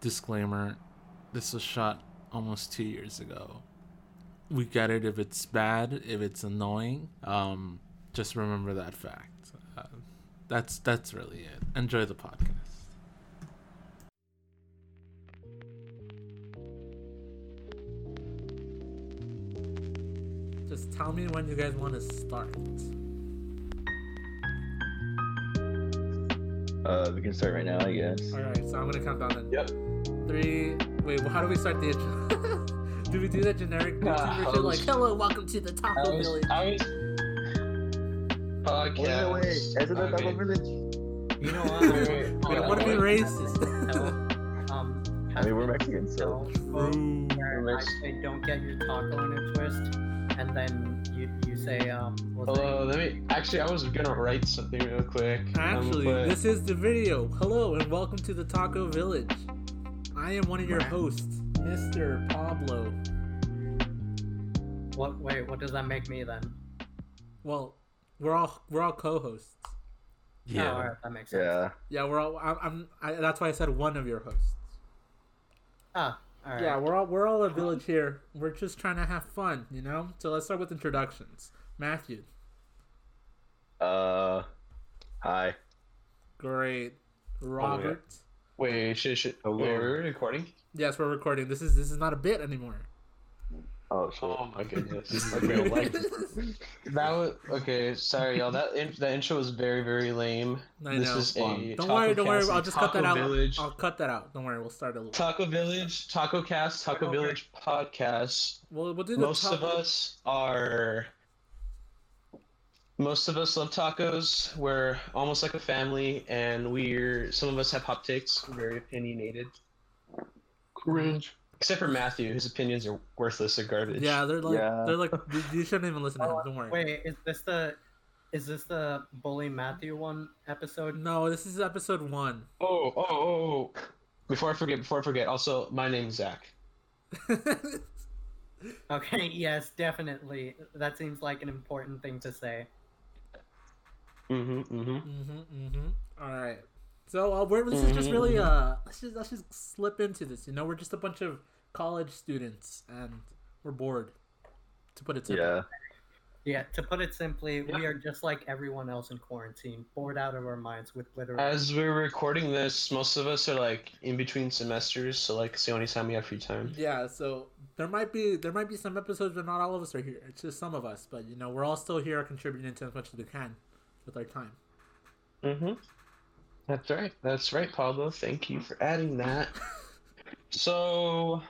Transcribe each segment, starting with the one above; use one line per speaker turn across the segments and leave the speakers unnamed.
disclaimer this was shot almost two years ago. We get it if it's bad, if it's annoying. Um, just remember that fact. Uh, that's that's really it. Enjoy the podcast. Just tell me when you guys want to start.
Uh, we can start right now, I guess.
All right, so I'm gonna count down. In
Yep.
Three. Wait, well, how do we start the intro? do we do that generic
Nah,
YouTuber
I
shit like
was-
"Hello, welcome to the Taco Village"?
Podcast. Okay.
village?
You know what?
Wait, wait,
We don't
hold
want to
on,
be
wait.
racist.
No, um,
I mean, we're Mexican, so.
don't vote
We're
where I
Mex-
say don't get your taco in a twist, and then you you say um. what's it-
Hello, let me. Actually, I was gonna write something real quick.
Actually,
Um, but-
this is the video. Hello and welcome to the Taco Village. I am one of your hosts, Mr. Pablo.
What? Wait, what does that make me then?
Well, we're all we're all co-hosts.
Oh, all right, that makes sense.
Yeah.
Yeah, we're all. I'm. I'm I, that's why I said one of your hosts.
Ah, all right.
Yeah, we're all we're all a village here. We're just trying to have fun, you know. So let's start with introductions. Matthew,
Uh. Hi.
great. Robert,
Wait, shit, shit.
Hello.
Wait, are we recording?
yes, we're recording. This is this is not a bit anymore.
Oh shit.
Oh my goodness.
This is
Okay,
real life.
that was okay. Sorry, y'all. That in, that intro was very, very lame.
I
this
know.
is a
Don't
Taco
worry, don't worry.
Cast
I'll
and
just
Taco
cut that out.
Village.
I'll cut that out. Don't worry. We'll start a little.
Taco Village, Taco Cast, Taco
Okay.
Village podcast.
We'll, we'll do the
Most
top-
of us are. Most of us love tacos. We're almost like a family, and we're some of us have hot takes. We're very opinionated.
Cringe.
Except for Matthew, his opinions are worthless or garbage.
Yeah, they're like
Yeah.
they're like you- you shouldn't even listen to him. Don't
Oh,
worry.
Wait, is this the? Is this the bully Matthew one episode?
No, this is episode one.
Oh, oh, oh, oh. Before I forget, before I forget, also my name's Zach.
Mm-hmm,
Okay, yes, definitely. That seems like an important thing to say.
Mm-hmm. Mm-hmm.
Mhm, mhm. All right. So uh, we're, this is just really uh, let's just let's just slip into this. You know, we're just a bunch of college students, and we're bored, to put it simply.
Yeah.
Yeah, to put it simply, we
Yeah.
are just like everyone else in quarantine, bored out of our minds with literally.
As we're recording this, most of us are like in between semesters, so like it's the only time we have free time.
Yeah. So there might be there might be some episodes, but not all of us are here. It's just some of us, but you know, we're all still here contributing to as much as we can with our time.
Mm-hmm. That's right. That's right, Pablo. Thank you for adding that. so,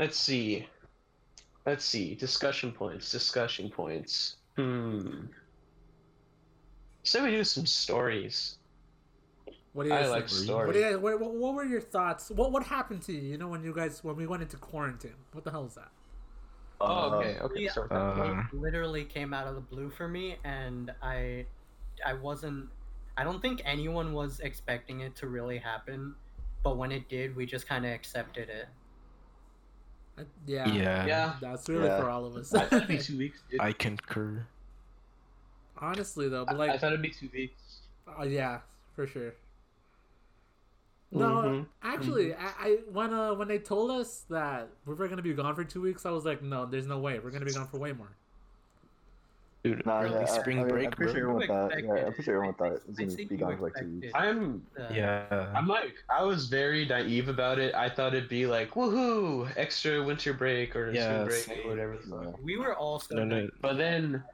let's see. Let's see. Discussion points. Discussion points. Hmm. So we do some stories.
What do you
I
guys
like
think?
stories.
What, do you, what, what, what were your thoughts? What what happened to you? You know, when you guys when we went into quarantine, what the hell is that?
Oh, okay.
Uh,
Okay.
yeah.
sorry.
Uh,
It literally came out of the blue for me and i i wasn't i don't think anyone was expecting it to really happen but when it did we just kind of accepted it
I- Yeah,
yeah.
yeah.
that's really
Yeah.
for all of us.
I thought it'd be two weeks. Dude. I,
I concur.
Honestly, though,
I
but like,
thought it'd be two weeks.
oh yeah, for sure. No,
Mhm.
actually, I, I when uh, when they told us that we were gonna be gone for two weeks, I was like, no, there's no way. We're gonna be gone for way more.
Dude,
Nah,
early
yeah, I-
spring
I mean,
break,
I'm
bro.
pretty
Yeah.
sure-
Sure.
everyone
You
thought-
expected
yeah,
it.
I'm pretty sure everyone thought it was
I
gonna
think
be
you
gone for, like, two
expected
weeks.
it.
I'm
Uh,
yeah.
I'm like I was very naive about it. I thought it'd be like woohoo, extra winter break or
Yeah,
spring break
same.
or whatever. the fuck.
No.
we were all so
No, no.
But then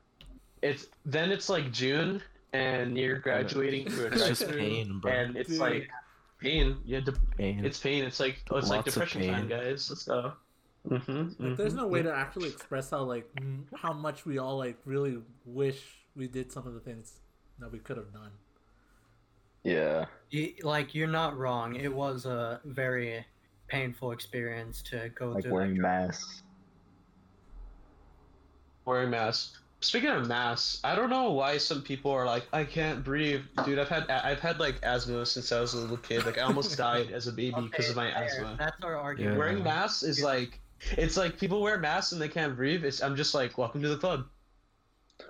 it's then it's like June and you're graduating to a
It's just
drive-thru,
pain, bro.
and it's
Dude.
like pain. Yeah, de-
Pain.
it's pain. It's like oh, it's like
Lots of
depression time,
pain.
guys. Let's go. Mm-hmm,
Like, there's no way to actually express how like m- how much we all like really wish we did some of the things that we could have done.
yeah.
you, like you're not wrong it was a very painful experience to go
Like
through
wearing masks.
Wearing masks. Speaking of masks, I don't know why some people are like, I can't breathe, dude. I've had I've had like asthma since I was a little kid. Like I almost died as a baby because
Okay,
of my
fair.
asthma.
that's our argument
Yeah.
Wearing masks is like it's like people wear masks and they can't breathe. It's, I'm just like, welcome to the club.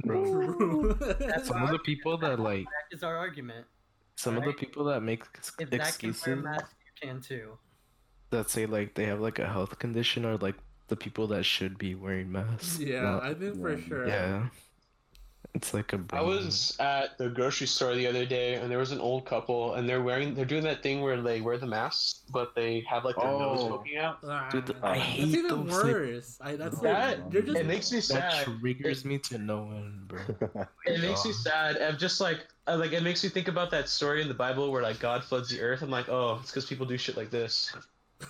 Bro.
True.
Some of the people that like
that is our argument
some of the
Right.
people that make ex-
if that can wear
excuses.
masks you can too
that say like they have like a health condition are like the people that should be wearing masks.
Yeah,
not-
I think for sure.
yeah. It's like a.
I
brand.
was at the grocery store the other day, and there was an old couple, and they're wearing they're doing that thing where they wear the masks, but they have like their nose
Oh.
poking out.
Ah,
Dude, I hate
that's even
those, like- Oh,
worse. I, that's
No.
like, they're
It
just
makes me
That
sad.
triggers me to no end, bro.
It makes me sad. I'm just like I, like it makes me think about that story in the Bible where like God floods the earth. I'm like, oh, it's because people do shit like this.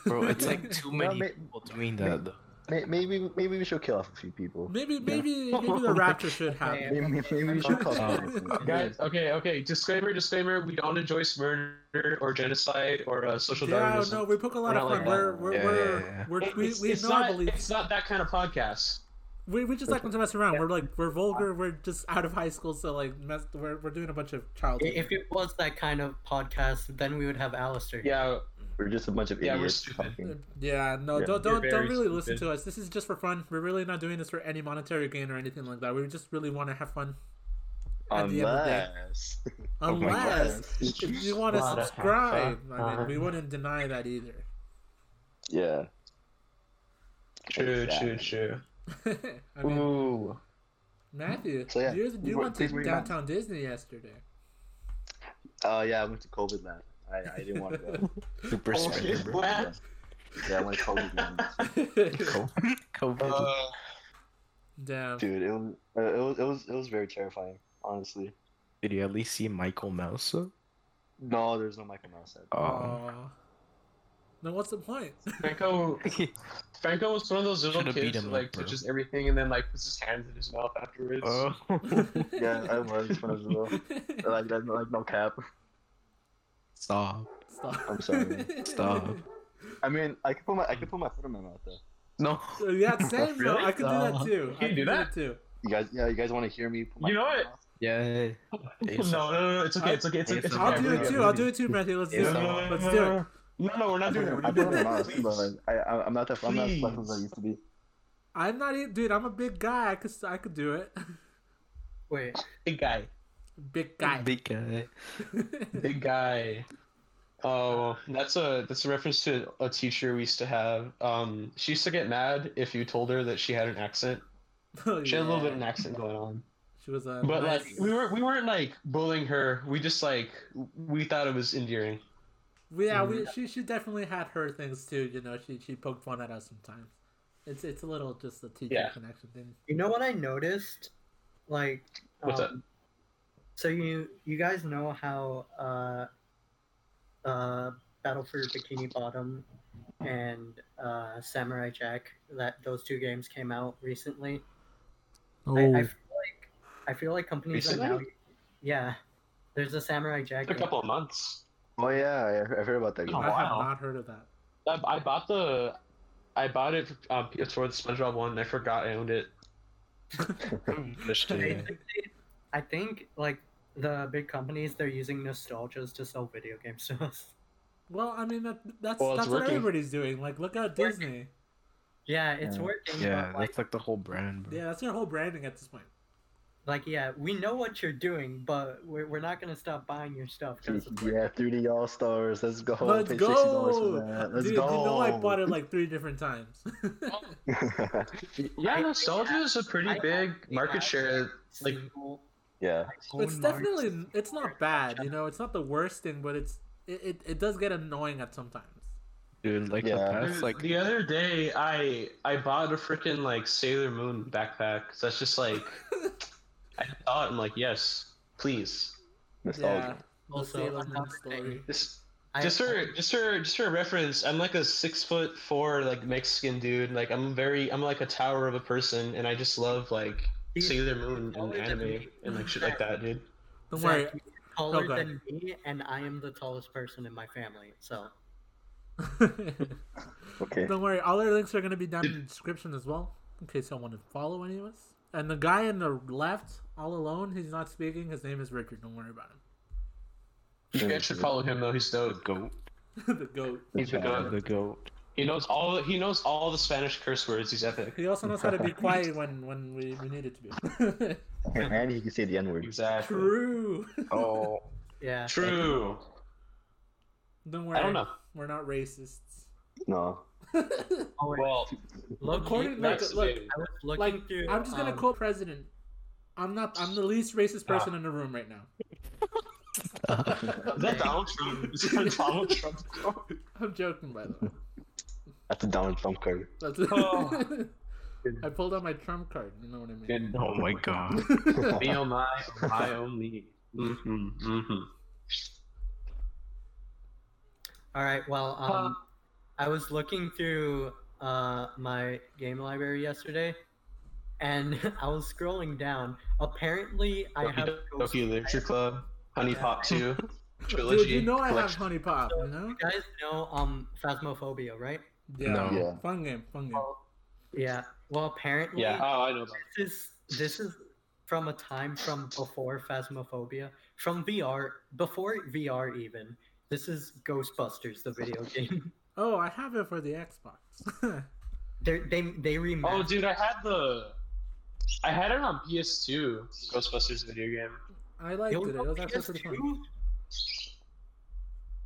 Bro, it's like too
No,
many
ma-
people doing that. Though.
May- maybe maybe we should kill off a few people.
maybe maybe maybe the rapture should happen.
Maybe, maybe we should call.
Oh.
Guys, okay, okay. Disclaimer, disclaimer. We don't enjoy murder or genocide or uh, social
Yeah,
darwinism.
no, we poke a lot
We're
of
not
fun.
like
we're
that.
we're
Yeah,
we're,
yeah, yeah.
we're we
It's,
we
it's
know our
not,
beliefs.
it's not that kind of podcast.
We, we just like to mess around. We're like we're vulgar. We're just out of high school, so like mess, we're we're doing a bunch of child.
I- If it was that kind of podcast, then we would have Alistair. here.
Yeah,
We're just a bunch of
Yeah, we're
idiots.
stupid.
talking. Yeah.
Yeah, no, don't
You're
don't don't
very
really listen
stupid.
to us. This is just for fun. We're really not doing this for any monetary gain or anything like that. We just really want to have fun. At the end of the day.
Unless
Oh my
Unless if you want to
Lot of
subscribe,
fun.
I mean,
Uh-huh.
we wouldn't deny that either.
yeah.
true,
Exactly.
true, true.
I mean,
Ooh.
Matthew,
Mm. So, yeah,
you, you
what
went to
did we not-
downtown Disney yesterday.
Oh yeah, I went to COVID land. I, I didn't want to go.
Super
Oh,
spreader,
shit.
bro.
What?
Yeah, I went to COVID land.
COVID. COVID.
Uh,
Damn.
Dude, it was, uh, it was it was it was very terrifying, honestly.
Did you at least see Michael Mouse? Oh. though?
No, there's no Michael Mouse. At
Oh.
um,
Aw. Then what's the point?
Franco, Franco was one of those little
Shoulda beat
kids
him
who
up,
like
bro.
touches everything and then like puts his hands in his mouth afterwards.
Oh.
yeah, I was one of the like that- like no cap.
Stop.
Stop.
I'm sorry.
Stop.
I mean, I could put my I could put my foot in my mouth though.
No.
Yeah, same though.
Really?
I could do that too.
Can
I
you do
could
that?
too.
You guys, yeah, you guys want to hear me? Put my
You know
foot in
what?
my mouth?
Yeah.
no, no, no, no, it's okay, it's okay, it's okay. It's okay.
I'll do it
Everybody-
too. I'll do it too, Matthew. Let's do
Yeah.
it. Let's do it.
No, no, we're
I put
not doing
it
it.
in-
We're
I
not
put it in my
doing it.
mouth,
Please.
but like, I, I, I'm not that I'm not as flexible as I
Please.
used to be.
I'm not, e- dude. I'm a big guy. I could, I could do it.
Wait,
Big guy.
Big guy.
Big guy.
Big guy. Oh, that's a that's a reference to a teacher we used to have. Um, she used to get mad if you told her that she had an accent.
Oh,
She had a little
yeah.
bit of an accent going on,
She was a.
but like
nice-
we weren't we weren't like bullying her. We just like we thought it was endearing.
we, yeah, we,
Mm.
she she definitely had her things too. You know, she she poked fun at us sometimes. It's it's a little just a teacher
Yeah.
connection thing.
you know what I noticed? Like,
What's
um, So you you guys know how uh, uh, Battle for Bikini Bottom and uh, Samurai Jack that those two games came out recently.
Oh,
I, I feel like I feel like companies are now.
Recently?
Yeah, there's a Samurai Jack.
A
game.
couple of months.
Oh yeah, I, I've heard about that. Game.
Oh,
have
wow.
not heard of that.
I, I bought the, I bought it um, for the SpongeBob one. and I forgot I owned it.
Interesting.
I think like the big companies they're using nostalgias to sell video games to us.
Well, I mean that that's
Well, it's
that's what
working.
everybody's doing. Like, look at
Working.
Disney.
Yeah, it's
Yeah.
working. but,
Yeah,
like,
that's like the whole brand, bro.
Yeah, that's their whole branding at this point.
like yeah, we know what you're doing, but we're, we're not gonna stop buying your stuff. 'cause
Mm-hmm.
it's working.
Yeah, 3D All Stars. Let's go.
Let's
Pay sixty dollars
go,
for that. Let's
dude.
go.
You know I bought it like three different times.
Yeah,
I-
nostalgia is a pretty
I-
big
I-
market share. Like,
Single
yeah,
iPhone
it's
market.
definitely it's not bad. You know, it's not the worst thing, but it's it, it, it does get annoying at sometimes.
Dude, like the
Yeah.
past,
Dude,
like
the other day, I I bought a freaking like Sailor Moon backpack. So that's just like, I saw it. I'm like, yes, please.
Yeah,
nostalgia.
the
Also,
Sailor Moon
another thing,
story.
Just
I-
just for just for just for reference, I'm like a six foot four like Mexican dude. Like I'm very I'm like a tower of a person, and I just love like
He's
Sailor Moon and
taller than
anime
me.
and like shit like that, dude.
Don't
Zach,
worry.
he's taller
go ahead.
than me, and I am the tallest person in my family. So
Okay.
Don't worry. All our links are gonna be down in the description as well, in case y'all want to follow any of us. And the guy in the left, all alone, he's not speaking. His name is Richard. Don't worry about
You guys should follow him though. He's
the
dope.
goat.
him. the goat.
He's a goat.
The goat.
He knows all he knows all the Spanish curse words. He's epic.
He also knows how to be quiet when when we, we need it to be.
And you can say the N word.
Exactly.
True.
Oh,
yeah,
True.
Don't worry.
I don't know.
We're not racists.
No.
Oh, wait,
Well,
look,
According to
Max,
look,
dude,
I was looking
like
through,
I'm just gonna
um,
quote President. I'm not. I'm the least racist
Ah.
person in the room right now.
is that Donald Trump? Is that Donald Trump?
I'm joking, by the way.
That's a Donald Trump card.
That's
Oh.
I pulled out my trump card. You know what I mean.
Good.
oh my god.
Me oh my, oh my oh me. Mm-hmm, mm-hmm.
All right. Well,
Uh,
um, I was looking through uh, my game library yesterday, and I was scrolling down. Apparently, I have Ghost-
Doki Literature Club, Honey Pop 2, Trilogy.
Dude, you know I have
collection.
honey pop. You know.
You guys know um Phasmophobia, right?
Yeah.
No.
Yeah.
Fun game. Fun game.
Well, yeah. Well, apparently,
Yeah, oh, I know that.
this is this is from a time from before Phasmophobia, from VR, before VR even. This is Ghostbusters, the video game.
Oh, I have it for the Xbox.
They're, they they remastered.
Oh, dude, I had the. I had it on PS2, Ghostbusters video game.
I liked
Yo,
it. It
no,
was actually pretty fun.
PS2?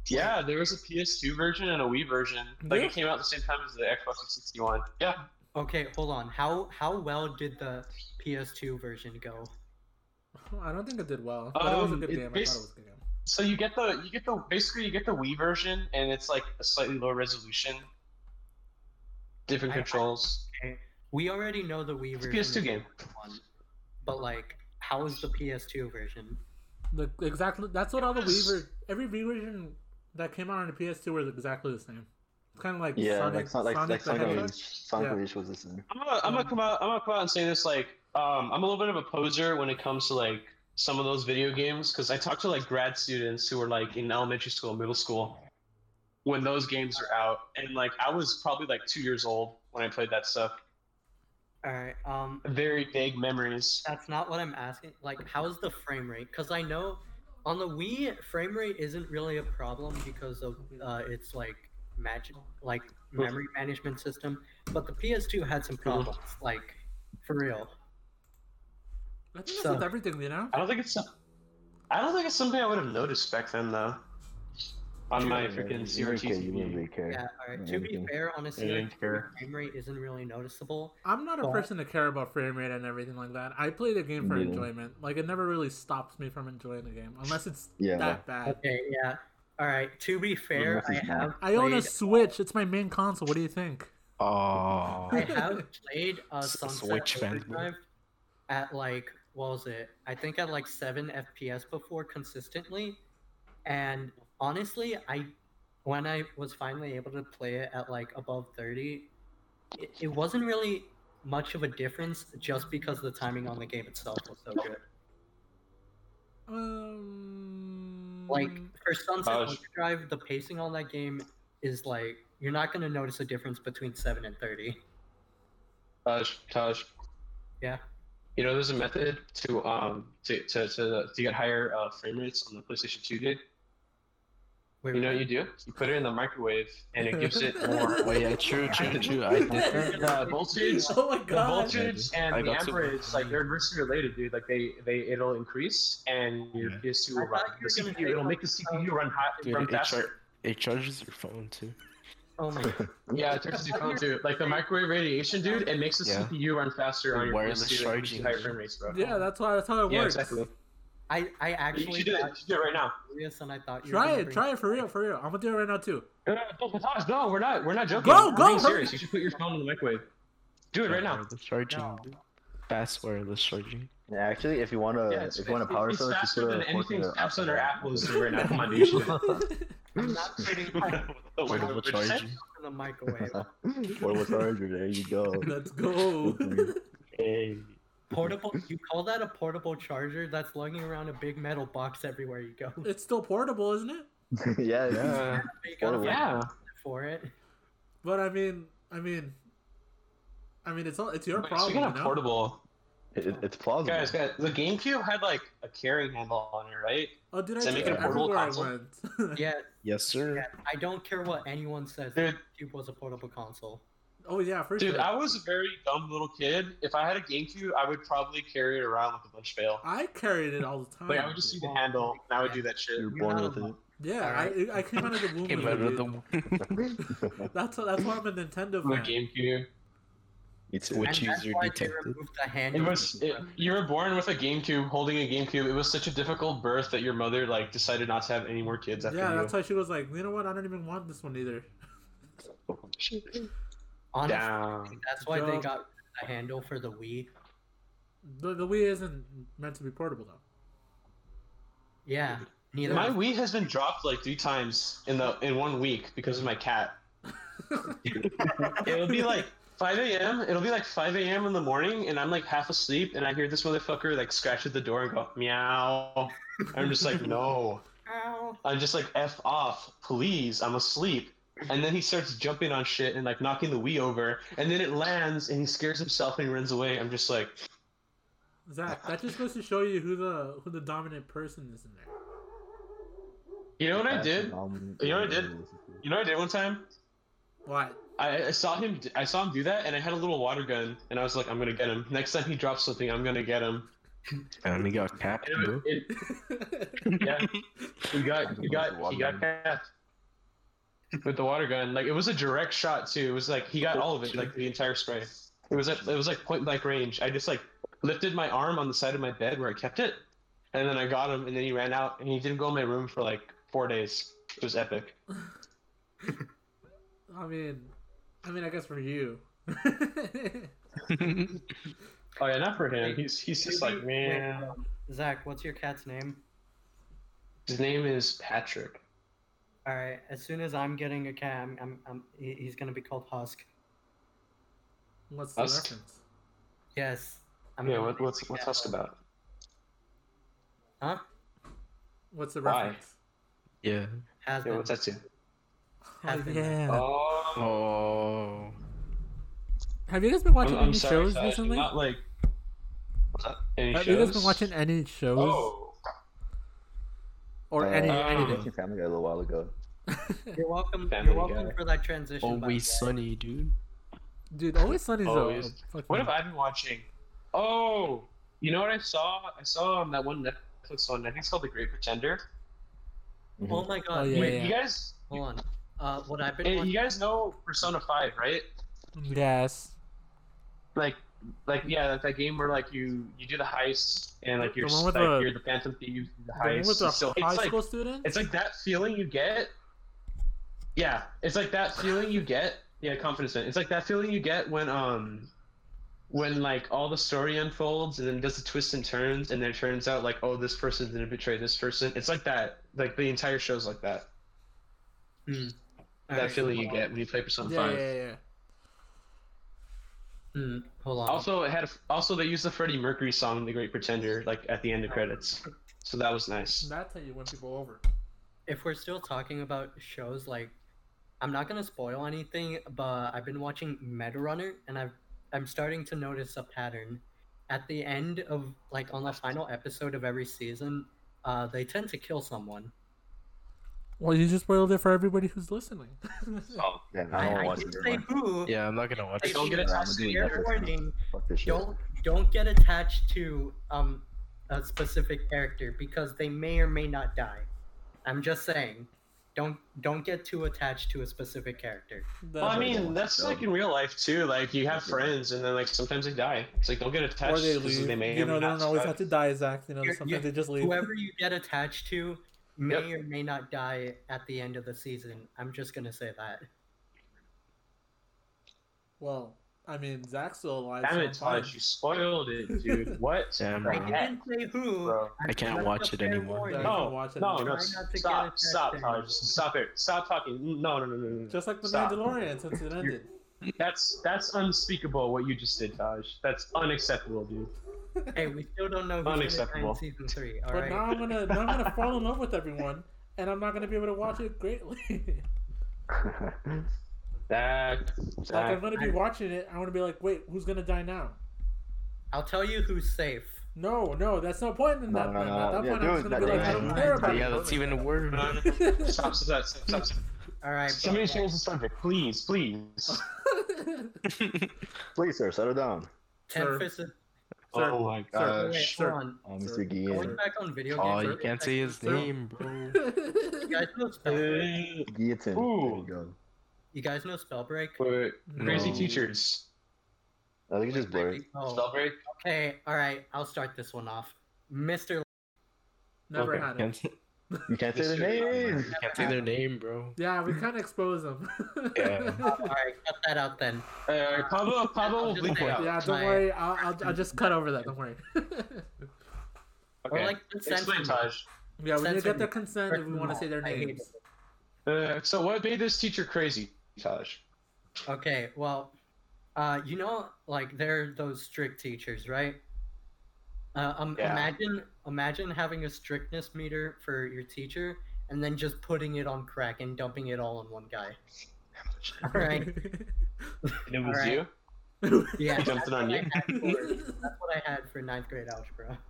Yeah, there was a PS2 version and a Wii version. Like,
Yeah.
it came out the same time as the Xbox 361. Yeah,
Okay, hold on. How how well did the PS2 version go?
Oh, I don't think it did well, but it was a
Um,
good
it
game. I thought
bas-
it was a good game.
So you get the you get the basically you get the Wii version and it's like a slightly lower resolution, different
I- I-
controls.
We already know the Wii
It's a
version.
PS2
is
game.
the one, but like, how is the PS2 version?
The, exactly. That's what all the
Yes.
Weaver. Every Weaversion that came out on the PS2 was exactly the same. It's kind of like
Yeah,
Sonic.
like Sonic, like,
Sonic
like
the
Sonic,
Hedgehog.
Reach. Sonic
Yeah.
Reach was the same.
I'm gonna, I'm
Um,
gonna come out I'm gonna come out and say this like um, I'm a little bit of a poser when it comes to like some of those video games because I talk to like grad students who were like in elementary school, middle school, when those games are out, and like I was probably like two years old when I played that stuff.
All right. Um,
Very vague memories.
that's not what I'm asking. Like, how's the frame rate? Because I know on the Wii, frame rate isn't really a problem because of uh, its like magic, like memory management system. But the PS2 had some problems, like for real.
I think that's
So-
with everything, you know.
I don't think it's. some- I don't think it's something I would have noticed back then, though. On my freaking
You were a
CRT
kid, you didn't
TV.
really care.
Yeah. All right. To be
Mhm.
fair, on a
I
CRT,
didn't care.
frame rate isn't really noticeable.
I'm not a
But-
person to care about frame rate and everything like that. I play the game for
Yeah.
enjoyment. Like it never really stops me from enjoying the game, unless it's
Yeah.
that bad.
Okay, yeah. All right. To be fair,
Unless
I
it's not.
have
I own a
played-
Switch. It's my main console. What do you think?
Oh.
I have played uh,
S-
Sunset
Switch fan.
Overdrive at like what was it? I think at like seven FPS before consistently, and honestly, I when I was finally able to play it at like above thirty, it, it wasn't really much of a difference just because the timing on the game itself was so good.
Um,
Like for Sunset
I was-
Overdrive, the pacing on that game is like you're not gonna notice a difference between seven and thirty.
Taj, Taj.
Yeah.
You know, there's a method to um to to to, to get higher uh, frame rates on the PlayStation 2, dude.
Wait,
You know what you do? You put it in the microwave, and it gives it more.
Wait, yeah, true, true, true. I did that.
the voltage,
oh my
the
god!
voltage, and
I
the
got super-
amperage, like they're inversely related, dude. Like they they it'll increase, and your
Yeah.
PS2
I
will run.
thought you
The
were gonna
CPU,
say
it'll make the
something
CPU run hot,
Dude,
run
it,
faster.
char- it charges your phone too.
oh my
Yeah, it turns your phone too. Like the microwave radiation, dude, it makes the
Yeah.
CPU run faster on your
Wireless
wireless
charging.
Higher frame rates, bro.
Yeah, that's why. That's how it
Yeah,
works.
exactly.
I I
You
actually
should do it.
got
You should do it right now.
serious and I thought you were
Try
gonna
it.
bring-
Try it for real. For real. I'm gonna do it right now too.
No, no, no, Uh, Tosh, no, we're not. We're not joking.
Go,
We're
go,
being
hurry.
serious. You should put your phone in the microwave. Do it right now.
Wireless charging.
No.
Fast wireless charging.
Yeah, actually, if you want to,
Yeah, it's,
Uh, if you want a
it's-
power
it's
source, just
faster
put
than
a fork in
anything
the-
Samsung or Apple is doing right now. Come on, dude.
I'm not putting my phone
Oh, what-
Portable
what'd you say?
charging.
in the microwave.
uh,
Portable charger, there you go.
Let's go.
Hey.
Portable you call that a portable charger that's lugging around a big metal box everywhere you go.
it's still portable, isn't it?
yeah, yeah.
Yeah.
You gotta
Portable.
find
Yeah.
for it.
But I mean, I mean, I mean, it's all it's your
Wait,
problem.
Speaking of
you know?
portable,
It, it- it's plausible.
guys, guys, the GameCube had like a carrying handle on it, right?
oh, did I
Does that
take
make
it a
portable
everywhere I
console?
went?
Yeah,
Yes, sir.
yeah. I don't care what anyone says.
Dude,
Cube was a portable console.
Oh yeah, for
Dude,
sure.
I was a very dumb little kid. If I had a GameCube, I would probably carry it around like a lunch pail.
I carried it all the time.
Like I would just see
dude.
the handle, and I would do that shit.
You're
You're
born
not
with it.
alone.
Yeah, I, I came out of the womb.
Came
with
out
it,
of
dude.
the womb.
That's that's why I'm a Nintendo
on the
fan.
GameCube.
It's
And
which
that's
user
why they
detected.
removed the hand.
It was it, you were born with a GameCube, holding a GameCube. It was such a difficult birth that your mother like decided not to have any more kids after
Yeah,
you.
that's why she was like, you know what? I don't even want this one either.
Honestly,
Down.
that's why they
Dumb.
got the handle for the Wii.
The, the Wii isn't meant to be portable though.
Yeah, neither.
My Wii has been dropped like three times in the in one week because of my cat. It'll be like 5 a.m. It'll be like 5 a.m. in the morning, and I'm like half asleep, and I hear this motherfucker like scratch at the door and go meow. I'm just like no.
Ow.
I'm just like f off, please. I'm asleep. And then he starts jumping on shit and like knocking the Wii over, and then it lands, and he scares himself and he runs away. I'm just like,
Zach, that just goes to show you who the who the dominant person is in there.
you know what I did? You know what I did? You know what I did one time?
What?
I, I saw him. I saw him do that, and I had a little water gun, and I was like, "I'm gonna get him." Next time he drops something, I'm gonna get him.
And he got capped,
And
bro.
it- it- yeah, he got he got he got capped with the water gun. Like it was a direct shot too. It was like he got all of it, like the entire spray. It was at, it was like point blank range. I just like lifted my arm on the side of my bed where I kept it, and then I got him, and then he ran out, and he didn't go in my room for like four days. It was epic.
I mean, I mean, I guess for you.
Oh yeah, not for him. He's he's just like man.
Zach, what's your cat's name?
His name is Patrick.
All right, as soon as I'm getting a cat, I'm, I'm, I'm he- he's gonna be called Husk.
What's the
Us?
reference?
Yes. I'm
Yeah,
gonna
what,
name
what's
my
what's
cat
Husk about?
Huh?
What's the
Why?
reference?
Yeah.
Has
Yeah,
been.
what's that to?
Oh,
Husband.
yeah.
Oh,
Oh.
Have you guys been watching
I'm, I'm
any
sorry,
shows
Taj,
recently?
Not like any
Have
shows.
you guys been watching any shows
Oh,
or
Uh,
any
uh,
I
anything?
watched Family Guy a little while ago.
You're welcome.
Family
you're welcome
Guy.
for that transition. by the
Always
way.
sunny, dude.
Dude, Always Sunny's
Always.
a, a
what
fucking-
have I been watching? Oh, you know what I saw? I saw on that one Netflix one. I think it's called The Great Pretender.
Oh my god.
yeah,
wait,
Wait, you guys,
hold on. Uh, what I've been
eh,
watching,
you guys know Persona Five, right?
Yes.
Like, like yeah, like that game where like you you do the heist and like you're
The one with
like
the-
you're the Phantom Thieves, the
The one
heist.
with the
so
high
it's like
school student?
It's like that feeling you get. Yeah, it's like that feeling you get. Yeah, confidence. Man. It's like that feeling you get when um, when like all the story unfolds and then does the twists and turns and then it turns out like oh this person's gonna betray this person. It's like that. Like the entire show's like that.
all
that
right,
feeling you
hold on.
get when you play Persona
yeah,
Five.
yeah, yeah.
Hmm, hold on.
Also, it had a, also they used the Freddie Mercury song "The Great Pretender" like at the end of credits, so that was nice.
That's how you win people over.
if we're still talking about shows, like I'm not gonna spoil anything, but I've been watching Metarunner, and I've I'm starting to notice a pattern. At the end of like on the final episode of every season, uh, they tend to kill someone.
Well, you just spoiled it for everybody who's listening.
Oh,
Yeah, no, I
I,
don't
I
watch
didn't
it.
say
never mind.
who.
Yeah, I'm not gonna watch
Like,
it.
don't get
Yeah, I'm
attached to
doing
your
Netflix now.
Warning.
Fuck this shit.
don't don't get attached to um a specific character because they may or may not die. I'm just saying, don't don't get too attached to a specific character.
The-
Well, I
Definitely
mean,
don't.
that's like in real life too. Like you have friends, and then like sometimes they die. It's like don't get attached.
or they
'cause
leave.
They may
you
or
know,
may
they
not
don't always
survive.
have to die, Zach. You know,
You're-
sometimes
you're-
they just leave.
Whoever you get attached to may or may not die at the end of the season. I'm just gonna say that.
Well, I mean, Zach's still alive.
Damn
so
it,
I'm
Taj!
fine.
You spoiled it, dude. What?
Damn,
I
bro.
Yeah.
didn't say who.
Bro,
I can't watch it anymore.
Zach,
No,
you can watch it
No,
anymore.
no,
Try not to get
stop,
attached
stop,
to
Taj!
him.
Stop it! Stop talking! No, no, no, no, no.
Just like The
Stop.
Mandalorian since it ended.
That's that's unspeakable. What you just did, Taj. That's unacceptable, dude.
Hey, we still don't know who's gonna die
Unacceptable.
in season three. All
but
right.
now I'm gonna now I'm gonna fall in love with everyone, and I'm not gonna be able to watch it greatly.
That.
like I'm
that
gonna be watching it, I'm gonna be like, wait, who's gonna die now?
I'll tell you who's safe.
No, no, that's no point in
No,
that.
no,
point.
no,
At that
yeah,
point, I'm
do
just
it, that-
gonna be like, I
yeah,
don't
yeah,
care about
Yeah,
it.
that's even worse.
no, no, no. Stop! Stop! Stop! Stop! stop.
All right.
Somebody
but-
change the subject, please, please.
please, sir, settle down.
Sure.
Tempest is,
Sir,
oh my
sir,
Wait,
gosh.
sir.
hold on.
Oh,
Sir,
Mr.
Going
Guillen.
back on video
Oh,
games.
you
real
can't
quick,
say his
so-
name, bro.
You guys know spell break.
Guillotine. There you
Ooh.
go.
You guys know spell break.
Wait, crazy
No.
teachers.
I think it's just blurry.
Oh,
Spell break.
okay, all right. I'll start this one off. Mister.
Never
Okay,
had it.
Can't say,
You can't say the name.
can't say their name, bro.
Yeah, we kind of expose them.
Yeah.
All right, cut that out then.
Uh, Pablo, Pablo will
Just
bleep
say
it
it.
out.
yeah, don't
My-
worry. I'll, I'll I'll just cut over that. Don't worry.
Or
Okay.
like consent.
Explain, Taj.
yeah, we need to
Censor
get their
me.
consent if we want to say their
I hate
names.
it.
Uh, so what made this teacher crazy, Taj?
Okay, well, uh, you know, like they're those strict teachers, right? Uh, um,
Yeah.
Imagine, imagine having a strictness meter for your teacher, and then just putting it on crack and dumping it all on one guy. All right.
It was
Alright.
you.
Yeah.
He dumped it
that's
on
what I
you?
had for- That's what I had for ninth grade algebra.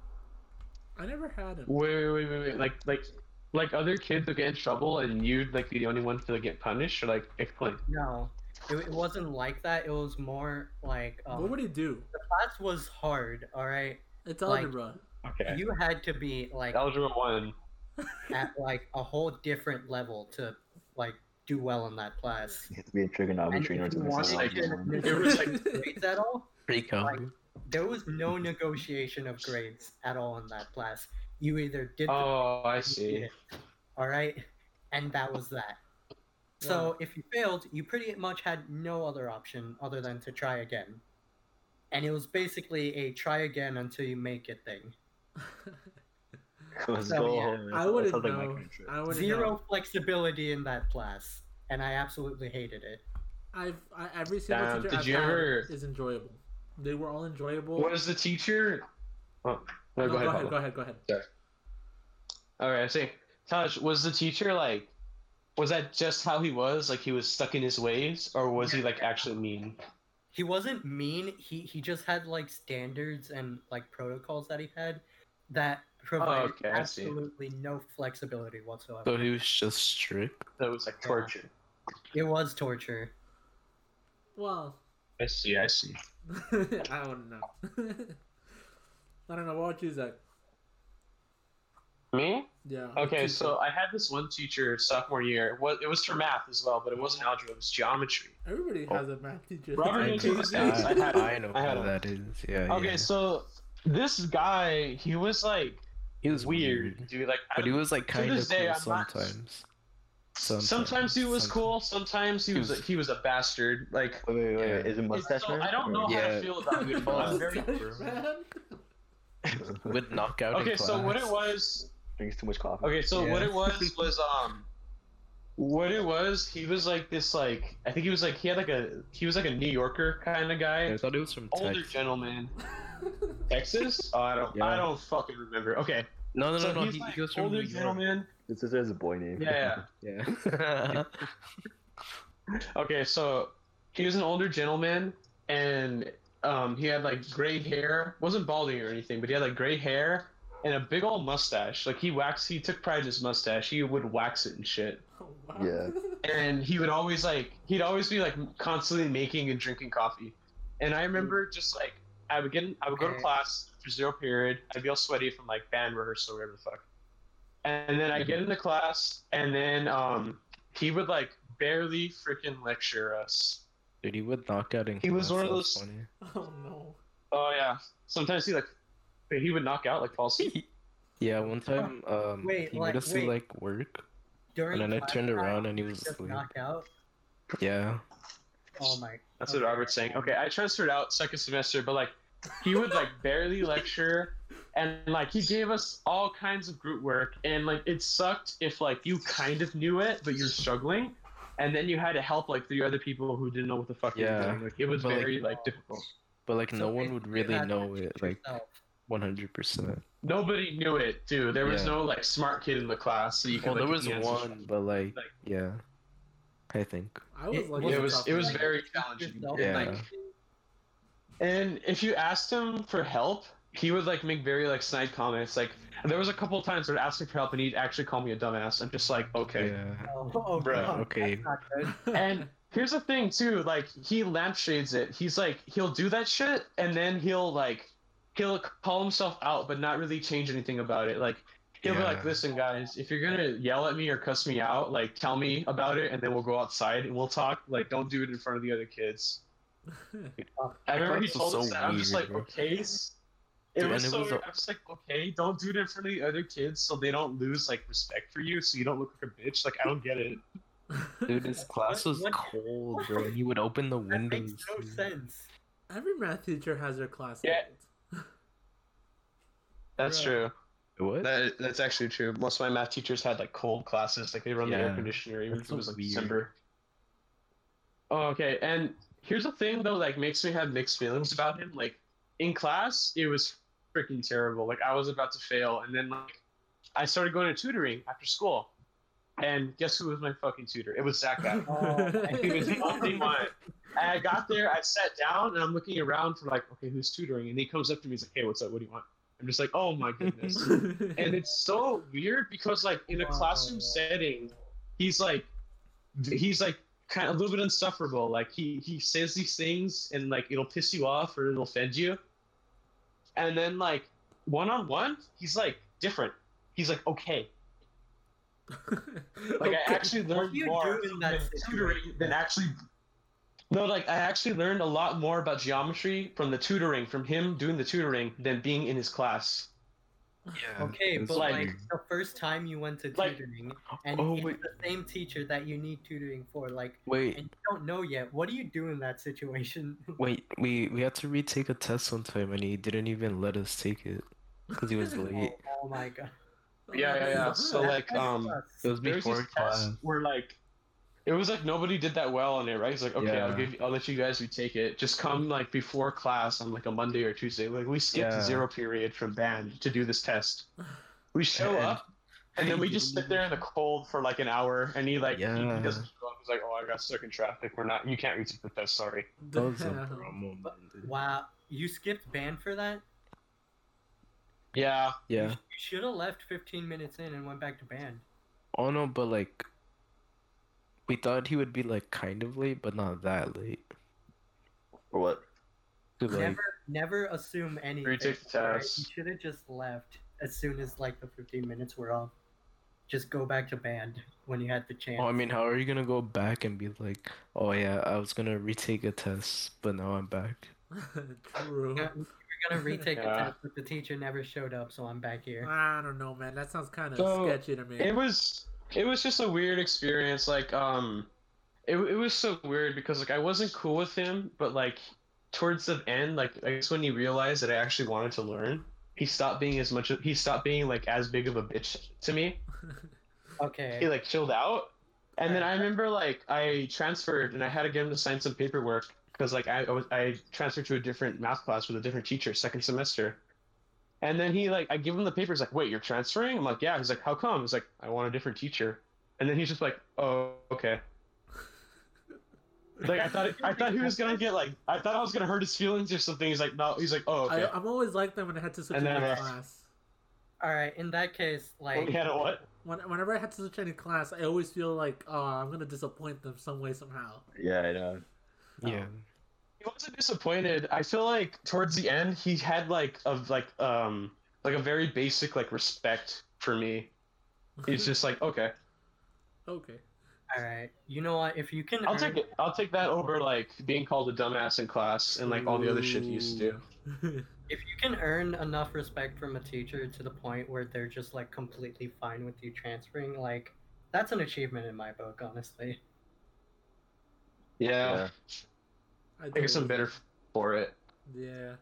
I never had it.
Wait, wait, wait, wait. Like, like, like other kids would get in trouble, and you'd like be the only one to like, get punished. Or like, explain.
No, it, it wasn't like that. It was more like um,
What would he do?
the class was hard. All right,
It's
Like-
algebra.
Okay.
you had to be like
Algebra one.
at like a whole different level to like do well in that class.
You have to be a trigonometry in order to
And if
mix
you
it
wanted
up.
wanted
algebra
to
one.
mix
It was
grades at all,
Pretty common.
there was no negotiation of grades at all in that class. You either did the
Oh, I
Yeah.
see.
All right. And that was that. So if you failed, you pretty much had no other option other than to try again. And it was basically a try again until you make it thing.
Let's
So,
go
yeah.
home.
I
That
wouldn't
sounds like my
know.
kind of trip.
I wouldn't
Zero
know.
flexibility in that class. And I absolutely hated it.
I've I, every single
Damn,
teacher
did
I've
you
had
ever-
is enjoyable. They were all enjoyable.
Was the teacher? Oh, no,
No,
go, ahead,
go ahead.
Pablo.
Go ahead. Go ahead.
All right, I see. Taj, was the teacher like? Was that just how he was? Like he was stuck in his ways, or was he like actually mean?
He wasn't mean. He he just had like standards and like protocols that he had that provided
Oh, okay, I see.
absolutely no flexibility whatsoever.
So he was just strict.
That was like torture.
It was torture.
Well,
I see. I see.
I don't know. I don't know. What would you say?
Me?
Yeah.
Okay,
teacher.
so I had this one teacher sophomore year. What it was for math as well, but it wasn't algebra. It was geometry.
everybody has a math teacher.
Oh. Robert
I
Probably
know,
Jesus.
I,
I had-
I know
I had
who
him.
that is. Oh, Yeah.
Okay,
yeah.
so this guy, he was like
he was
weird,
weird,
dude. Like, I
but he
don't-
was like kind of
this day,
cool
I'm not-
sometimes.
sometimes, he was cool. Sometimes he was
He was-
he was a bastard. Like,
Wait, wait, wait.
Yeah.
Is it mustache
so
man?
I don't know how
Yeah.
to feel about him. I'm very-
sometimes. Would knock out. in
okay, so what it
class.
was?
Drinks too much coffee.
Okay, so what
Yeah.
it was was um, what it was. He was like this, like I think he was like he had like a he was like a New Yorker kind of guy.
I thought it was from
older
Texas.
gentleman. Texas? Oh, I don't. I
Yeah.
don't fucking remember. Okay.
No, no,
so
no, no.
he's
He,
like
he was from New
older
York.
gentleman.
This is his boy name.
Yeah.
Yeah.
Okay, so he was an older gentleman, and um, he had like gray hair. wasn't balding or anything, but he had like gray hair and a big old mustache. Like he waxed. He took pride in his mustache. He would wax it and shit.
Oh,
Yeah.
and he would always like he'd always be like constantly making and drinking coffee and i remember just like i would get in, i would go to
Okay.
class for zero period i'd be all sweaty from like band rehearsal or whatever the fuck and then i get into class and then um he would like barely freaking lecture us
Dude, he would knock out in
He was
class,
one of
that was
those-
funny.
Oh no.
oh yeah sometimes he like he would knock out like fall asleep
Yeah, one time um
Wait,
he
like,
made us do
wait.
like work.
During
And then I
class
turned
time,
around and he was
just
asleep.
knocked out.
Yeah.
Oh my
that's what robert's saying okay i transferred out second semester but like he would like barely lecture and like he gave us all kinds of group work and like it sucked if like you kind of knew it but you're struggling and then you had to help like three other people who didn't know what the fuck you were
Yeah,
doing like it was
but, like-
very like, difficult
But like
So
no one would
basically you
really
had to
know it,
teach
like
yourself.
one hundred percent.
nobody knew it too there was
Yeah.
no like smart kid in the class so you could
Well there
like,
was
answer.
one, but like
Like-
yeah. I think.
I was
It-
like.
it was it was
Like,
very
teach
challenging
yourself,
Yeah.
like,
And if you asked him for help, he would like make very like snide comments. Like there was a couple of times where I asked him for help and he'd actually call me a dumbass. I'm just like, okay.
Yeah.
oh, oh,
Bro,
God,
okay.
that's not good.
And here's the thing too, like he lampshades it. He's like he'll do that shit and then he'll like he'll call himself out, but not really change anything about it. Like he'll be
Yeah.
like, "Listen, guys, if you're gonna yell at me or cuss me out, like tell me about it, and then we'll go outside and we'll talk. Like don't do it in front of the other kids." I remember he
This is
told us
so
that. I'm just
weird,
like,
bro.
okay. s-
Dude,
It
and
was
it
so
was
weird.
a-
I'm just like, okay, don't do it in front of the other kids so they don't lose like respect for you, so you don't look like a bitch. Like I don't get it.
Dude, his class was
What- what-
cold, bro. He would open the
That
windows.
makes no
dude.
sense.
Every math teacher has their class.
Yeah.
lights.
That's
Bruh.
true.
What?
That that's actually true. Most of my math teachers had like cold classes, like they run the air
Yeah,
conditioner even
that's
if it was
so
like
weird.
December. Oh, okay, and here's the thing though, like makes me have mixed feelings about him. Like in class, it was freaking terrible. Like I was about to fail, and then like I started going to tutoring after school, and guess who was my fucking tutor? It was Zach. Allen.
Oh,
he was the only one. And I got there, I sat down, and I'm looking around for like, okay, who's tutoring? And he comes up to me, he's like, hey, what's up? What do you want? I'm just like, oh my goodness and it's so weird because like in a classroom
Wow.
setting he's like he's like kind of a little bit insufferable like he he says these things and like it'll piss you off or it'll offend you and then like one-on-one he's like different he's like okay like i actually learned
do you
more
do in that
than
situation?
tutoring than actually no like i actually learned a lot more about geometry from the tutoring from him doing the tutoring than being in his class
Yeah.
okay,
it's
but like
weird.
the first time you went to
Like-
tutoring, and
Oh,
it's
wait.
the same teacher that you need tutoring for, like,
Wait,
and you don't know yet. What do you do in that situation? Oh,
wait, we we had to retake a test sometime, and he didn't even let us take it because he was late.
oh, oh my god.
Yeah, yeah, yeah. So
That
like,
kind of
um,
sucks.
It was
there's
before
this test
class.
where like, it was like nobody did that well on it, right? It's like, okay, I'll
Yeah.
give, you, I'll let you guys retake it. Just come like before class on like a Monday or Tuesday. Like we skipped
Yeah.
zero period from band to do this test. We show
And-
up and then we just sit there in the cold for like an hour, and he like he- he,
Yeah.
doesn't show up. He's like, oh, I got stuck in traffic. We're not, you can't retake the test. Sorry.
That was a
Damn.
bro moment, dude.
Wow, you skipped band for that?
Yeah,
Yeah.
You should have left 15 minutes in and went back to band.
Oh no, but like, we thought he would be like kind of late, but not that late.
Or what?
'Cause, like,
never, never assume anything.
retake the
alright? You
test.
should have just left as soon as like the 15 minutes were up. Just go back to band when you had the chance.
Oh, I mean, how are you gonna go back and be like, oh yeah, I was gonna retake a test, but now I'm back.
True.
Yeah, we're gonna retake a
Yeah.
test, but the teacher never showed up, so I'm back here.
I don't know, man. That sounds kind of
So,
sketchy to me.
it was it was just a weird experience like um it, it was so weird because like i wasn't cool with him but like towards the end like i guess when he realized that i actually wanted to learn he stopped being as much he stopped being like as big of a bitch to me
Okay.
he like chilled out and then i remember like i transferred and i had to get him to sign some paperwork because like I, I was i transferred to a different math class with a different teacher second semester and then he like i give him the papers like wait you're transferring i'm like yeah he's like how come he's like i want a different teacher and then he's just like oh okay like i thought i thought he was gonna get like i thought i was gonna hurt his feelings or something he's like no he's like oh okay
I, I'm always like that when I had to switch
And
any
then uh, I-
class.
All right. In that case, like,
we had a what
When, whenever I had to switch any class, I always feel like, oh, I'm gonna disappoint them some way somehow.
Yeah, I know.
Yeah.
he wasn't disappointed. I feel like towards the end he had like of like um like a very basic like respect for me. He's just like okay,
okay.
all right. You know what? If you can,
I'll
earn-
take it. I'll take that over like being called a dumbass in class and like all the other shit he used to do.
do.
if you can earn enough respect from a teacher to the point where they're just like completely fine with you transferring, like, that's an achievement in my book, honestly.
Yeah,
Yeah.
I
I guess I'm better for it.
Yeah.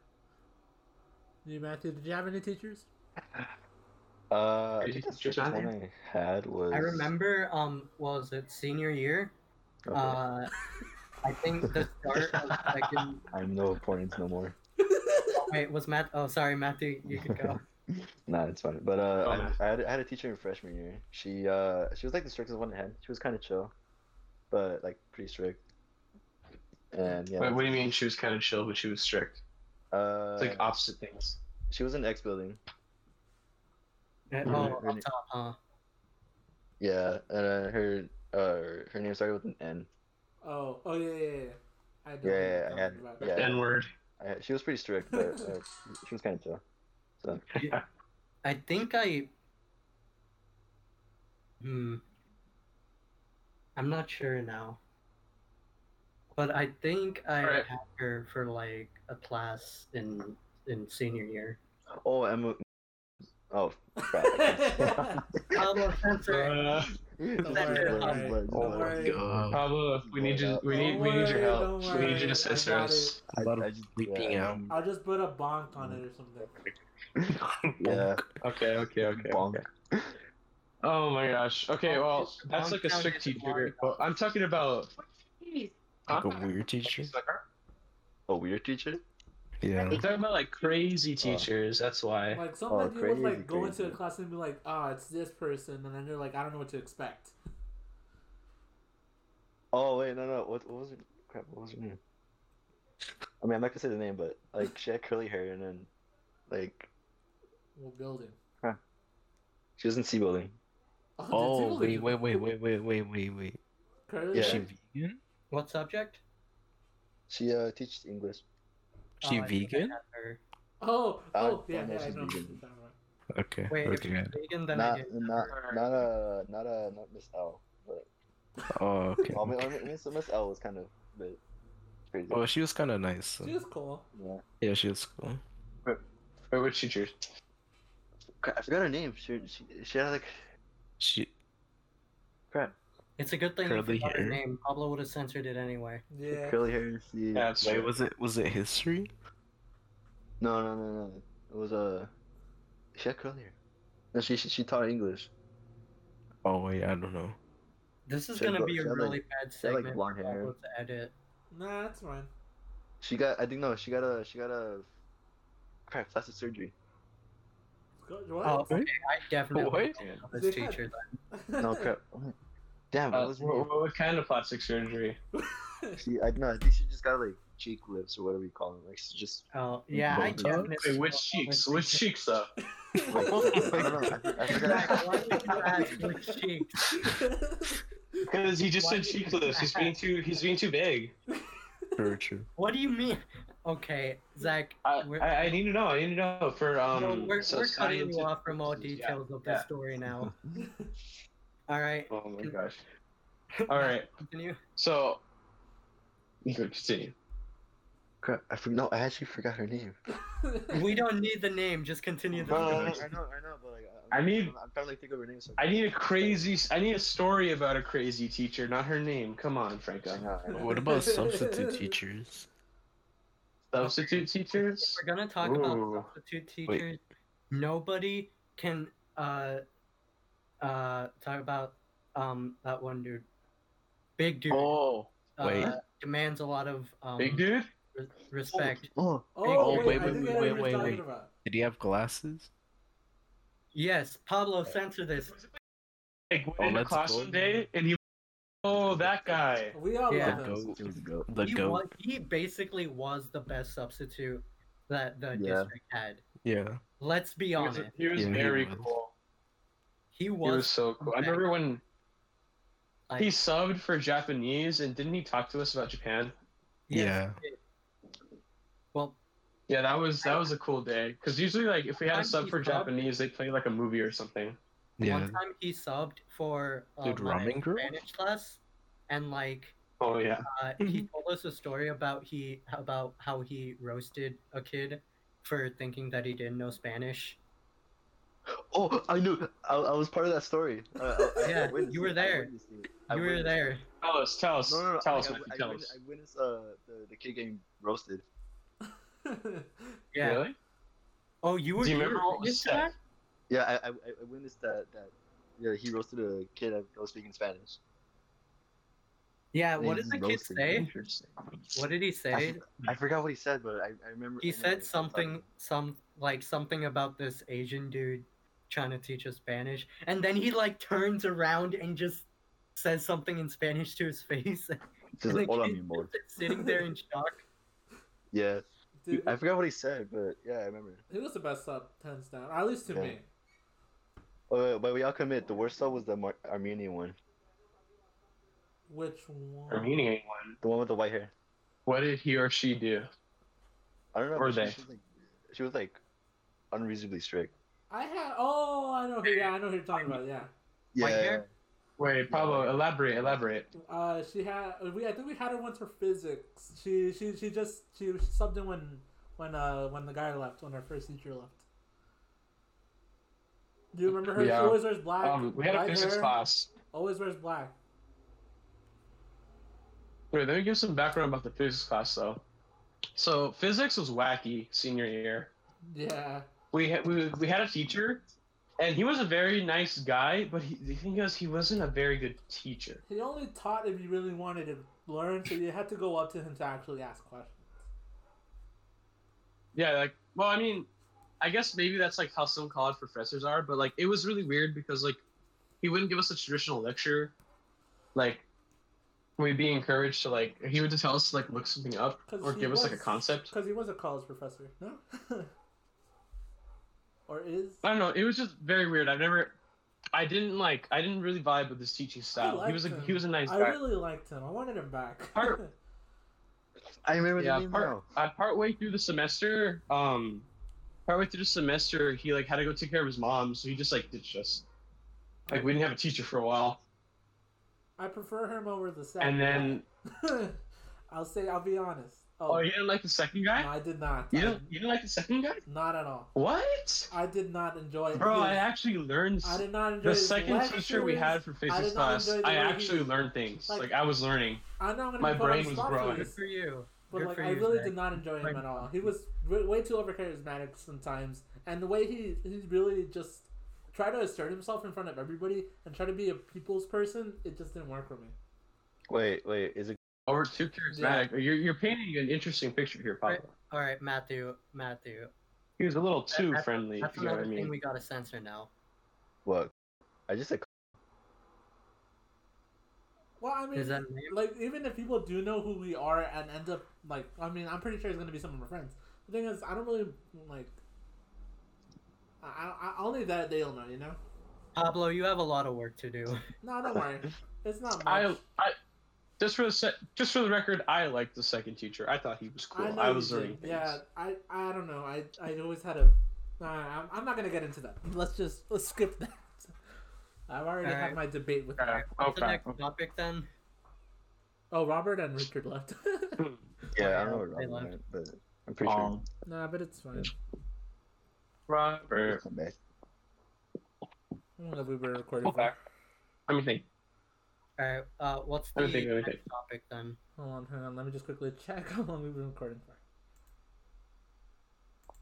You, Matthew, did you have any teachers?
Uh, I
Did you
think the
teach
first one I had was.
I remember, um, what was it senior year?
Okay,
Uh, I think the start of second.
I'm no points no more.
Wait, was Matt? Oh, sorry, Matthew. You could go.
Nah, it's fine. But uh,
Oh,
I-
man.
I, had, I had a teacher in freshman year. She uh, she was like the strictest one I had. She was kind of chill, but like pretty strict. And yeah,
Wait, what do you mean? She was kind of chill, but she was strict.
uh,
It's like opposite things.
she was in X building.
Uh,
Really-
Oh, up
really-
top, huh?
Yeah, and uh, her uh, her name started with an N.
Oh, oh yeah, yeah, yeah. I know
Yeah,
who
yeah,
you're
I
talking
had-
about.
yeah.
N word.
I, she was pretty strict, but uh, she was kind of chill. So
I think I. Hmm. I'm not sure now. But I think I
Alright.
had her for like a class in in senior year.
oh, Emma. Oh, crap.
Pablo Spencer.
Uh,
Oh
Oh,
my god.
Pablo, we need you. We need.
Don't
We need your
worry,
help. We need
don't
you
worry, I
to censor
got
us.
it.
A lot
I
of
just-
bleeping
yeah.
out.
I'll just put a bonk on
Mm.
it or something.
Yeah.
Okay. Okay. Okay.
Bonk.
Oh my gosh. Okay.
Oh,
Well,
it's-
that's like a
Bonk
strict
County is
teacher.
Bonk.
Well, I'm talking about.
Like a
Huh?
weird teacher.
She's like, "Huh?"
A weird teacher?
Yeah.
I'm talking about like crazy teachers. That's why.
Like somebody would
Oh, crazy,
like go into a
crazy.
class and be like, "Ah, it's this person," and then they're like, "I don't know what to expect."
Oh wait, no, no. What, what was her? Crap. What was her name? I mean, I'm not gonna say the name, but like she had curly hair, and then like
What building?
she was in C building.
the
Oh
Tingle
wait,
League.
wait, wait, wait, wait, wait, wait, wait.
Curly
Yeah.
Is she
hair?
vegan?
What subject?
She uh teaches English.
Oh,
She
I think I
vegan?
had her.
Oh,
Uh,
oh, yeah,
oh, no,
yeah, I
she's
know.
vegan.
Okay.
Wait, if
okay.
she's vegan, then I
Not,
didn't.
not,
her.
not uh, not uh, not Miss L. But
Oh okay.
well, I mean, I
okay.
mean, Miss, Miss L was kind of a bit crazy.
Oh, she was kind of nice. so-
She was cool.
Yeah.
Yeah, she was cool.
Wait, which teacher?
Crap, I forgot her name. She she, she had like
She
crap
It's a good thing you
Curly
forgot
hair.
her name. Pablo would have censored it anyway.
Yeah.
curly hair. She,
Yeah, that's
wait,
right.
was it was it history?
No, no, no, no. It was uh, she had curly hair. No, she she, she taught English.
Oh wait, I don't know.
This is
She had bl-
gonna be
she
a
had, like-
really bad
had, like,
segment.
blonde
for
hair.
Pablo to edit.
Nah, that's fine.
She got I think no, she got a she got a crap plastic surgery.
Go-
Oh,
What?
okay. I definitely
What?
don't know this teacher.
No crap. Damn,
Uh,
what was her name?
what, what kind of plastic surgery?
She I no, I think she just got like cheek lips or whatever you call them. Like she just
Oh, yeah, I
Wait,
definitely.
Wait, which
don't know this
cheeks? Which
teacher.
cheeks though?
Oh,
like, I don't know. I, think- I
Zach, why
forgot.
did you ask which cheeks?
Because he just
Why
said
did you
cheekless. He's being too. He's being too big.
Very true.
What do you mean? Okay, Zach,
I,
we're,
I, I need to know. I need to know for um.
no, we're,
so
we're cutting
scientific
you off from all
purposes, yeah.
details of the
yeah.
story now. All right,
Oh my gosh. All right.
continue.
So. Good. Continue.
Crap, I forgot. No, I actually forgot her name.
We don't need the name, just continue the
No,
I
no,
know, I know,
story.
no.
but like uh,
I need-
I'm, I'm trying to like, think of her name. So
I need a crazy. I need a story about a crazy teacher, not her name. Come on,
I
Franco.
know, I know.
What about substitute teachers?
Substitute
If
teachers.
we're gonna talk
Ooh.
about substitute teachers, nobody can uh uh talk about um that one dude. Big dude
Oh
uh,
wait.
demands a lot of um
Big dude.
re- respect.
Oh,
Oh,
Oh,
wait,
wait,
I
wait,
think I
wait,
know what
wait,
you're
wait,
talking
wait.
about.
Did he have glasses?
Yes, Pablo, censor this.
Like went
Oh,
in the
let's go.
classroom day, and he. Oh, that guy.
We all
Yeah.
love him.
Go.
it was a goat.
The
he
goat.
Was, he basically was the best substitute that the
Yeah.
district had.
Yeah.
Let's be
He was,
honest. He was,
he was
Yeah, he
very
was.
cool.
he
He was so cool. I
Okay.
remember when
like,
he subbed for Japanese, and didn't he talk to us about Japan?
yes,
Yeah.
he did. Well,
Yeah, that was that was a cool day. Because usually, like, if we had a
Sometimes
sub
he
for
subbed.
Japanese, they play like a movie or something.
Yeah.
one time he subbed for uh,
Dude,
my
ramen girl?
Spanish class, and like
Oh yeah.
uh,
Mm-hmm.
he told us a story about he about how he roasted a kid for thinking that he didn't know Spanish.
Oh, I knew. I, I was part of that story. I- I- I
Yeah,
witnessed
you were
it, I
there.
witnessed it, I
You were
witnessed it.
there.
Tell us, tell us,
No, no, no.
tell
I,
us,
I,
Matthew,
I,
tell
witnessed,
us.
I witnessed uh, the, the kid getting roasted.
Yeah.
Really?
Oh, you were.
Do you
were
remember what was
witness to
said?
that?
Yeah, I, I, I I witnessed that. that yeah, he roasted a kid that was speaking Spanish.
Yeah.
And
What
he's
did the kid
roasting
say?
him. Interesting.
What did he
I,
say?
for- I forgot what he said, but I, I remember. I remember
he
what
said
was
something
talking.
some like something about this asian dude trying to teach us spanish and then he like turns around and just says something in spanish to his face and
He says,
the
"Hola,
kid's
mi amor."
just sitting there in shock
Yeah,
Dude,
I forgot what he said, but yeah, I remember.
he was the best sub, hands down. At least to
Yeah.
me.
Oh, but we all commit. The worst though was the Mar- Armenian one,
Which one?
Armenian one.
the one with the white hair.
What did he or she do?
I don't know.
Or
but
they.
She, was, like, she was like unreasonably strict.
I had. Oh, I know. Who, yeah, I know who you're talking about. Yeah.
Yeah.
White hair?
Wait, Pablo, elaborate, elaborate.
Uh, she had. We I think we had her once for physics. She she she just she subbed in when when uh when the guy left when our first teacher left. Do you remember her?
Yeah.
She always wears black.
Um, we had a
white
physics
hair,
class.
Always wears black.
Wait, let me give some background about the physics class though. So physics was wacky senior year.
Yeah.
we had we, we had a teacher, and he was a very nice guy. But he, the thing is, he wasn't a very good teacher.
He only taught if you really wanted to learn, so you had to go up to him to actually ask questions.
Yeah, like well, I mean, I guess maybe that's like how some college professors are. But like, it was really weird because like, he wouldn't give us a traditional lecture. Like, we'd be encouraged to like he would just tell us to like look something up
'Cause
or
he
give us like a
was-
concept.
Because he was a college professor, no? or is?
I don't know. It was just very weird. I've never. I didn't like. I didn't really vibe with his teaching style. He
liked
was a
him.
he was a nice
I
guy.
really liked him. I wanted him back.
Part-
I remember
yeah,
the name
part,
now.
uh, part way through the semester, um, part way through the semester, he like had to go take care of his mom, so he just like ditched us. Like we didn't have a teacher for a while,
I prefer him over the second.
and then
guy. I'll say I'll be honest. Oh,
oh, you didn't like the second
no,
guy?
I did not.
You
I-
didn't, you didn't like the second guy?
Not at all.
What?
I did not enjoy.
Bro, I
his-
actually learned
I did not enjoy
the
his
second teacher we
lectures.
had for physics
did not
class.
enjoy the
I
way he-
actually learned things.
like-
Like, I was learning.
I'm not gonna
my
be put on
brain
the
was
spot for
growing.
Good
this.
for you.
But
Good
like,
for
I
you,
really
Zach.
did not enjoy him
Like-
at all. He was w- way too overcharismatic sometimes, and the way he he really just tried to assert himself in front of everybody and try to be a people's person, it just didn't work for me.
Wait, wait. Is it?
Oh, we're too charismatic. You're you're painting an interesting picture here, Pablo.
All right, Matthew. Matthew.
He was a little too
that's-
friendly.
That's
if you know what
another
I mean.
thing we gotta censor now.
What? I just said.
Well, I mean,
Is that a name?
like even if people do know who we are and end up like, I mean, I'm pretty sure it's gonna be some of my friends. The thing is, I don't really like. I, I I- only that they'll know, you know.
Pablo, you have a lot of work to do.
No, don't worry. It's not much.
I, I, just for the se- just for the record, I liked the second teacher. I thought he was cool.
know
I,
you
was
did.
learning things.
Yeah, I, I don't know. I, I always had a. Nah, I'm, I'm not gonna get into that. Let's just let's skip that. I've already
All
had
right.
my debate with.
Okay.
What's the
Okay.
next topic then?
Oh, Robert and Richard left.
Yeah,
yeah,
I don't know what
they
Robin
left.
meant, but I'm pretty sure.
Um,
nah, but it's fine.
He'll
Robert.
come back.
I don't know if we were recording.
Okay. Let me think.
All right. Uh, what's
Let
the
me think, let me
next
think.
topic then?
Hold on, hang on. Let me just quickly check how long we've been recording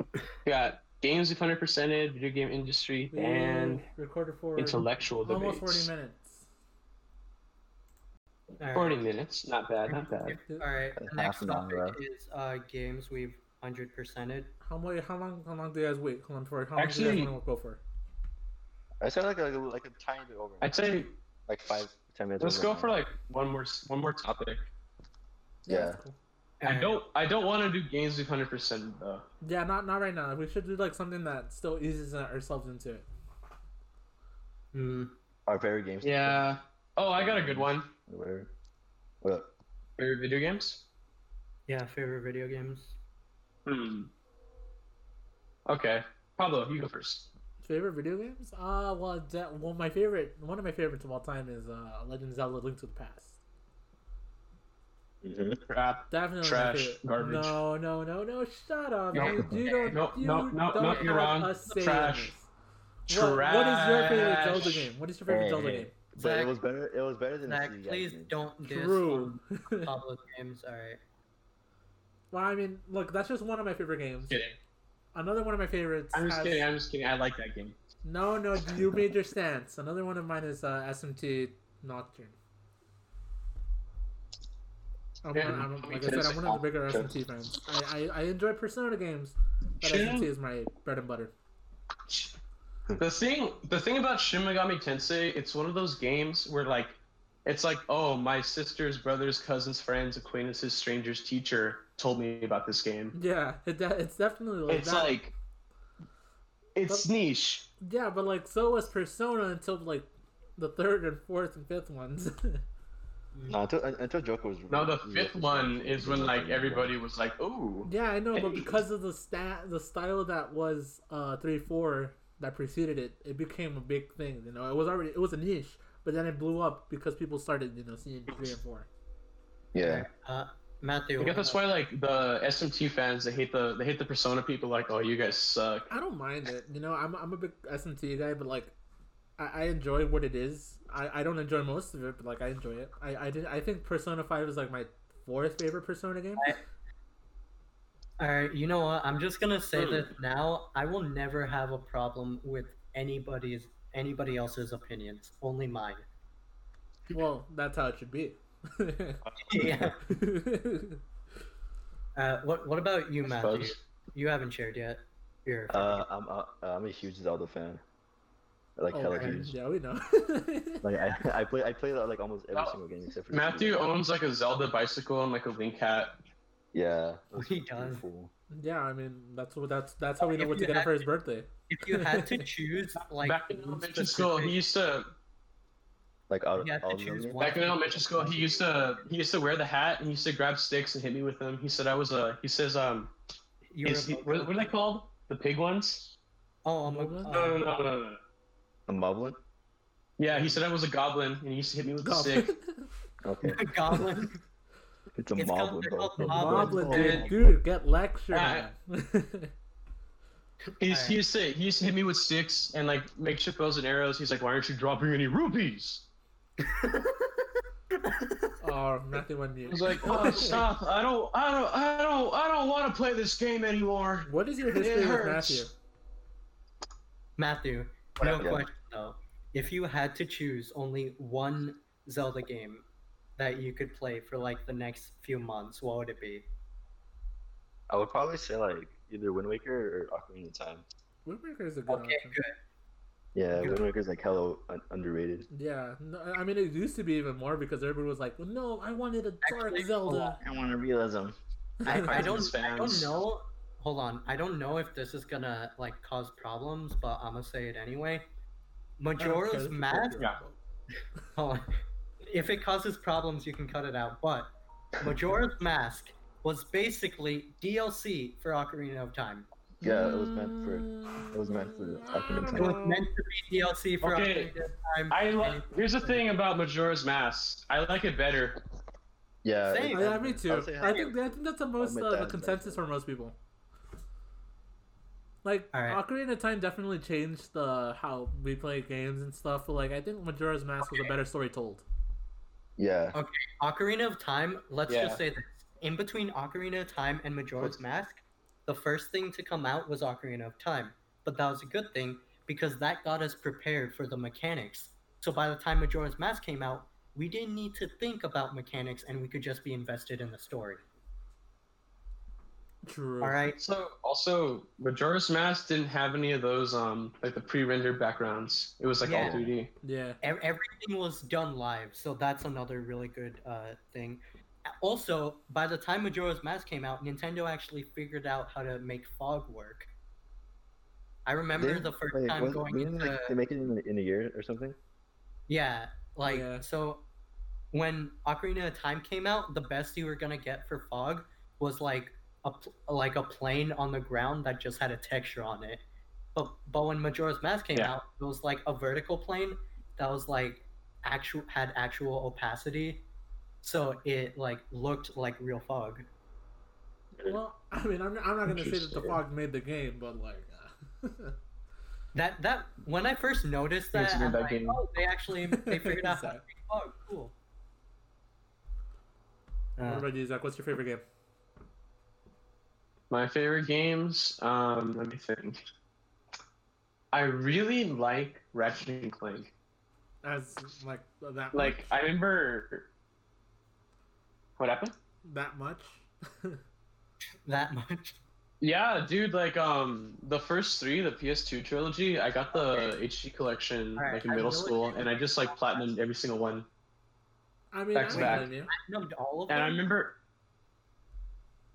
for.
We got games with hundred percented, video game industry,
We
and
recorded for
intellectual debates.
almost forty minutes.
All right.
Forty minutes, not bad, not bad.
All right. The
Half
next
an hour,
topic is uh, games we've hundred percented.
How long? How long? How long do you guys wait? Hold on for. How long do you
Actually-
guys want to go for?
I said like a, like a tiny bit over.
I'd say
like five, ten minutes.
let's
over
go
now.
for like one more s- one more topic.
Yeah.
that's cool.
I don't I don't want to do games with hundred percent though.
Yeah, not not right now. We should do like something that still eases ourselves into it.
Hmm.
our favorite games.
Yeah. Oh, I got a good one.
or Whatever. What up?
Favorite video games?
Yeah. Favorite video games.
Hmm. Okay, Pablo, you go first.
Favorite video games? Uh, well, that, well, my favorite, one of my favorites of all time is uh, Legend of Zelda: Link to the Past.
Mm-hmm.
Crap.
Definitely my
Trash.
favorite.
Garbage.
No, no, no, no! Shut up!
No.
You, you don't.
No,
you
no, no,
don't
no, you're
have
wrong.
a say in
Trash.
this. What, what is your favorite
Trash.
Zelda game? What is your favorite
Hey,
Zelda
hey.
game?
But
Zach-
it was better. It was better than
Zach,
the Sega
please
game.
don't diss
True.
Pablo's games. All right.
well, I mean, look, that's just one of my favorite games.
Kidding.
Another one of my favorites.
I'm just
has-
kidding. I'm just kidding. I like that game.
No, no, you made your stance. Another one of mine is uh, SMT Nocturne. I'm,
Yeah,
one- I'm-
we
like I
could
said,
say
I'm one of the bigger
Nocturne.
SMT fans. I, I, I enjoy Persona games, but
Shin-
SMT is my bread and butter.
The thing, the thing about Shin Megami Tensei, it's one of those games where like, it's like, oh, my sister's, brother's, cousin's, friends, acquaintances, strangers, teacher told me about this game.
Yeah, it, de- it's definitely like
It's
that.
like, it's niche.
yeah, but like so was Persona until like the third and fourth and fifth ones.
No, until, un- until Joker was.
No, the
was-
fifth one is when like everybody was like, "Ooh,
Yeah, I know, but
Hey.
because of the stat, the style that was uh three four that preceded it, it became a big thing. You know, it was already it was a niche, but then it blew up because people started you know seeing three and four.
Yeah.
Uh, Matthew.
I guess that's why like the SMT fans they hate the they hate the Persona people like, oh you guys suck.
I don't mind it. You know, I'm I'm a big SMT guy, but like, I, I enjoy what it is. I, I don't enjoy most of it, but like I enjoy it. I I did I think Persona Five is like my fourth favorite Persona game.
All right, you know what? I'm just gonna say
Hmm.
this now. I will never have a problem with anybody's anybody else's opinions, only mine.
Well, that's how it should be.
yeah. Uh, what What about you, Matthew?
Bugs.
You haven't shared yet. Your
Uh, I'm uh, I'm a huge Zelda fan. Like
Oh,
hella
man.
huge.
yeah, we know.
Like I, I play I play like almost every
Now,
single game except for
Matthew
Zelda.
owns like a Zelda bicycle and like a Link hat.
Yeah.
He does.
Cool.
yeah, I mean that's what that's that's how we know
If
what to
you
get him
had
for his birthday.
if you had to choose, like
back in
one
elementary school, he
specific-
used to
Like out of
You have to
all of
choose
them.
one.
back in elementary school he used to he used to wear the hat and he used to grab sticks and hit me with them. He said I was a he says um
you were
he's, he,
both-
what, what are they called the pig ones?
Oh, I'm a,
No,
No no
uh,
no no. no.
A Moblin?
Yeah, he said I was a goblin and he used to hit me with the
Gob-
stick.
Okay.
goblin.
It's a
It's called-
Moblin.
they're
bro.
called
Goblin, dude,
Moblin.
dude, get lectured.
Ah.
man.
He used,
Alright.
he used to he used to hit me with sticks and like makeshift bows and arrows. He's like, why aren't you dropping any rupees?
oh, nothing went
I
mute.
was like, oh stop! I don't I don't I don't I don't want to play this game anymore.
What is your
It
history with
hurts.
Matthew?
Matthew, no
Whatever.
question though. If you had to choose only one Zelda game that you could play for like the next few months, what would it be?
I would probably say like either Wind Waker or Ocarina of Time.
Wind Waker is a good
Okay,
option.
good.
Yeah,
Good.
Wind Waker's like hella un- underrated.
Yeah, no, I- I mean it used to be even more because everybody was like, well, "No, I wanted a dark
Actually,
Zelda."
I want to realism.
I, I don't.
Cartoons
I don't
fans.
know. Hold on. I don't know if this is gonna like cause problems, but I'm gonna say it anyway.
I don't care,
Majora's
this is
Mask.
Zelda.
Yeah.
Hold on. If it causes problems, you can cut it out. But Majora's Mask was basically DLC for Ocarina of Time.
Yeah, it was meant for. It was meant for. Ocarina of
It was
Time.
meant to be DLC for
Okay.
Ocarina of Time.
I li- here's the thing about Majora's Mask. I like it better.
Yeah.
Same.
it-
Oh, yeah, me too.
would say
I
half
think I think that's the most
admit
uh,
that
the
is
consensus for most people. Like
Alright.
Ocarina of Time definitely changed the how we play games and stuff, but like I think Majora's Mask was a better story told.
Yeah.
Ocarina of Time, let's
Yeah.
just say this. In between Ocarina of Time and Majora's Mask, the first thing to come out was Ocarina of Time. But that was a good thing because that got us prepared for the mechanics. So by the time Majora's Mask came out, we didn't need to think about mechanics and we could just be invested in the story.
True.
All right?
So also Majora's Mask didn't have any of those um like the pre-rendered backgrounds. It was like
Yeah.
all 3D.
Yeah.
Ev- everything was done live, so that's another really good uh, thing. Also, by the time Majora's Mask came out, Nintendo actually figured out how to make fog work. I remember
Didn't-
the first
wait,
time
was-
going
didn't,
into
like, they make it in, in a year or something.
yeah, like
Yeah.
so. When Ocarina of Time came out, the best you were gonna get for fog was like a pl- like a plane on the ground that just had a texture on it. But but when Majora's Mask came
Yeah.
out, it was like a vertical plane that was like actual had actual opacity, so it like looked like real fog.
Well, I mean, I'm, I'm not gonna say that the
Interesting.
fog made the game, but like, uh,
That that when I first noticed
Yes,
that,
you
I'm
did that
like,
game.
oh, they actually they figured out how to
Zach,
make fog. Cool.
What
Uh,
about you, Zach? What's your favorite game?
My favorite games. Um, let me think. I really like Ratchet and Clank.
As like that
Like I remember. What happened?
much, that much.
that much.
Yeah, dude. Like um, the first three, the PS2 trilogy. I got the HD collection
Alright,
like in
I
middle
know what
school,
you-
and I just like platinumed every single one.
I mean,
Back
I
to
don't
back.
blame you.
Numbed all of them.
And I remember.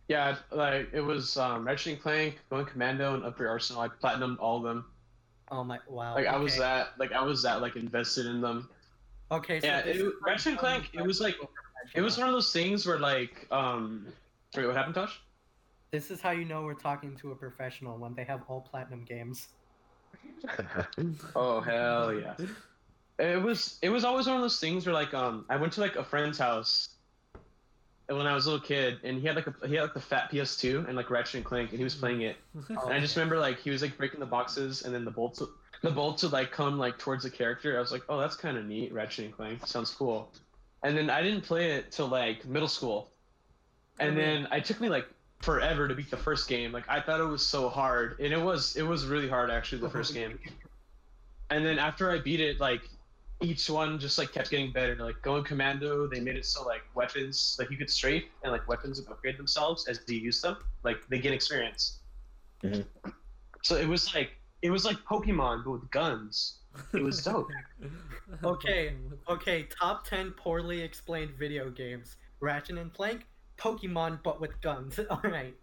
Yeah, like it was um, Ratchet and Clank, Going Commando, and Upper Arsenal. I platinumed all of them.
Oh my wow.
Like I was
okay.
that, like I was that, like invested in them.
Okay, so
Yeah,
this
it-
is like
Ratchet and
one
Clank, it was like-
professional.
It was one of those things where like um wait, what happened, Tosh?
This is how you know we're talking to a professional when they have all platinum games.
Oh hell yeah. It was it was always one of those things where like um I went to like a friend's house and when I was a little kid and he had like a he had like the fat PS2 and like Ratchet and Clank and he was playing it and I just remember like he was like breaking the boxes and then the bolts would- the bolts would like come like towards the character I was like oh that's kind of neat Ratchet and Clank sounds cool and then I didn't play it till like middle school and then it took me like forever to beat the first game like I thought it was so hard and it was it was really hard actually the first game and then after I beat it, like each one just like kept getting better. Like going commando, they made it so like weapons, like you could strafe and like weapons would upgrade themselves as you use them. Like they gain experience.
Mhm.
So it was like it was like Pokemon but with guns. It was dope.
Okay, Okay, top 10 poorly explained video games Ratchet and Clank, Pokemon, but with guns. Alright.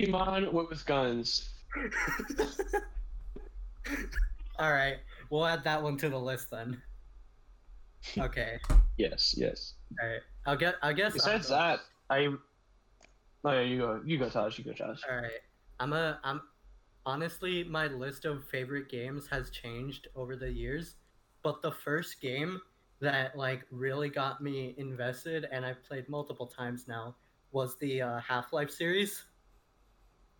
Pokemon with- with guns.
Alright, we'll add that one to the list then. Okay,
Yes, yes.
alright. I'll get, I guess.
Besides that, I. Oh yeah, you go, you go, Taj. You go, Taj.
All right. I'm a I'm honestly my list of favorite games has changed over the years, but the first game that like really got me invested and I've played multiple times now was the uh, Half-Life series.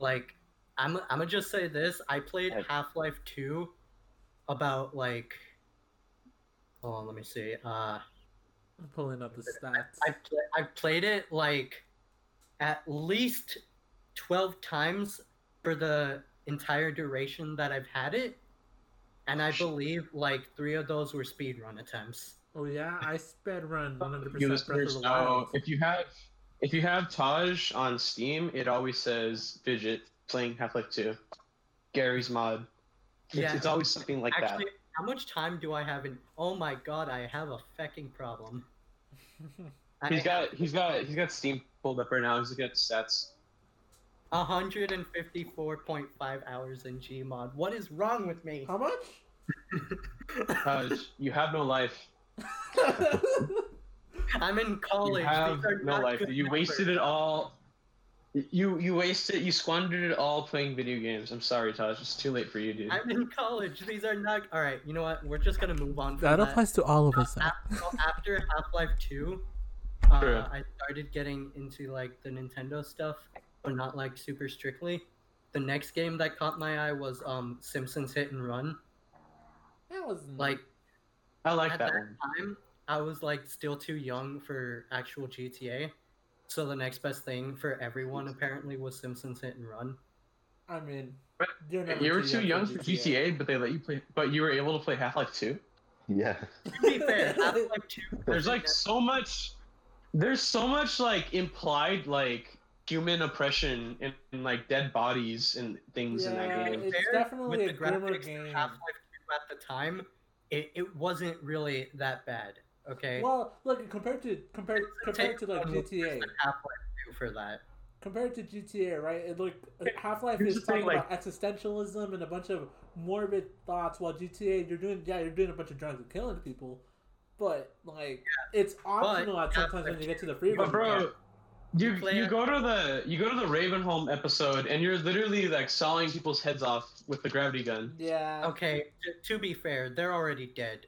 Like I'm I'm going to just say this, I played
Right.
Half-Life 2 about like Hold on, let me see. Uh
I'm pulling up the
I
stats.
pl- I've played it like at least 12 times for the entire duration that I've had it. And I believe like three of those were speedrun attempts.
Oh yeah, I speed run 100
you
percent Breath of
listeners
the
know
Wild.
if you have if you have Taj on Steam, it always says Vidget playing Half Life Two, Gary's mod. It's,
Yeah.
it's always something like
Actually, how much time do I have in? Oh my god, I have a fucking problem.
that. He's got he's got he's got Steam pulled up right now. He's looking at the stats.
154.5 hours in Gmod. What is wrong with me?
How much?
Taj, you have no life.
I'm in college.
You have
These are
no
not
life.
good
You wasted
numbers.
it all. You you wasted you squandered it all playing video games. I'm sorry, Taj. It's too late for you, dude.
I'm in college. These are not. All right, you know what? We're just gonna move on. From
That applies to all of us.
Af- Uh, well, after Half Life Two, uh,
True.
I started getting into like the Nintendo stuff, but not like super strictly. The next game that caught my eye was um, Simpsons Hit and Run.
Mm-hmm.
That was
Like
I like
at
that
that
one.
time, I was like still too young for actual GTA. So the next best thing for everyone apparently was Simpsons Hit and Run.
I mean,
But
you're, never
You were too young for GTA, but they let you play. But you were able to play Half Life Two.
yeah.
To be fair, Half Life Two.
there's like so much there's so much like implied like human oppression and, like dead bodies and things in
Yeah,
that game
it's definitely a grimmer game.
Half Life 2 at the time, it, it wasn't really that bad. Okay.
Well, look compared to compared compared to like
Take-
GTA,
Half Life 2 for that.
compared to GTA, right? It like Half Life
Here's
is
the thing,
talking about existentialism and a bunch of morbid thoughts, while GTA, you're doing yeah, you're doing a bunch of drugs and killing people, but like it's optional at
Half-Life
sometimes when you get to the free
but
version.
bro you,
Play
you
it.
go to the you go to the Ravenholm episode and you're literally like sawing people's heads off with the gravity gun.
yeah.
Okay, t- to be fair, they're already dead.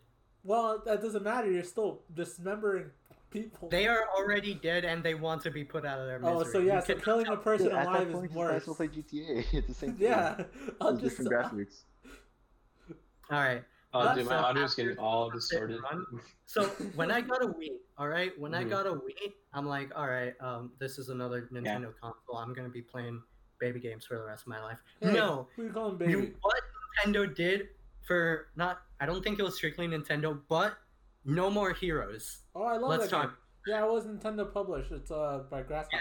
Well, that doesn't matter. You're still dismembering people.
They are already dead and they want to be put out of their misery.
oh, so
You
yeah, so
can-
killing a person
Dude, at
alive
that point,
is
you might as
worse.
well play GTA. It's the same thing.
Yeah, I'm
Just
just uh,
different graphics.
All right.
Oh,
That's
dude, my
so
audio's
after
getting all
Simpsons
distorted.
Hit and Run. So when I got a Wii, all right, when I
Mm-hmm.
Mhm.
got a Wii, I'm like, all right, um, this is another Nintendo console. I'm gonna be playing baby games for the rest of my life.
Hey,
No,
who you calling baby?
You, what Nintendo did for not, I don't think it was strictly Nintendo, but No More Heroes.
Oh, I love
Let's
that game.
talk.
Yeah, it was Nintendo published. It's uh by Grasshopper.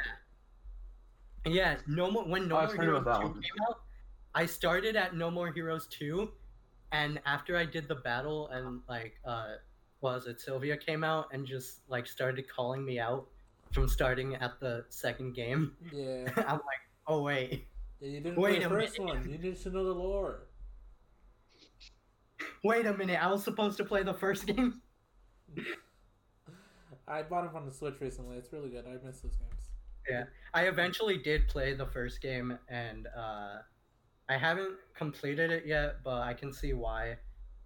Yeah, No More. When No
Oh, I've
More
heard
Heroes
about that
2
one.
came out, I started at No More Heroes two, and after I did the battle and like, uh, was it Sylvia came out and just like started calling me out from starting at the second game.
Yeah.
I'm like, oh wait,
yeah you didn't play
Wait
the
a
first
minute.
one. You need to know the lore.
Wait a minute, I was supposed to play the first game.
I bought them on the Switch recently. It's really good. I miss those games.
I eventually did play the first game, and uh, I haven't completed it yet, but I can see why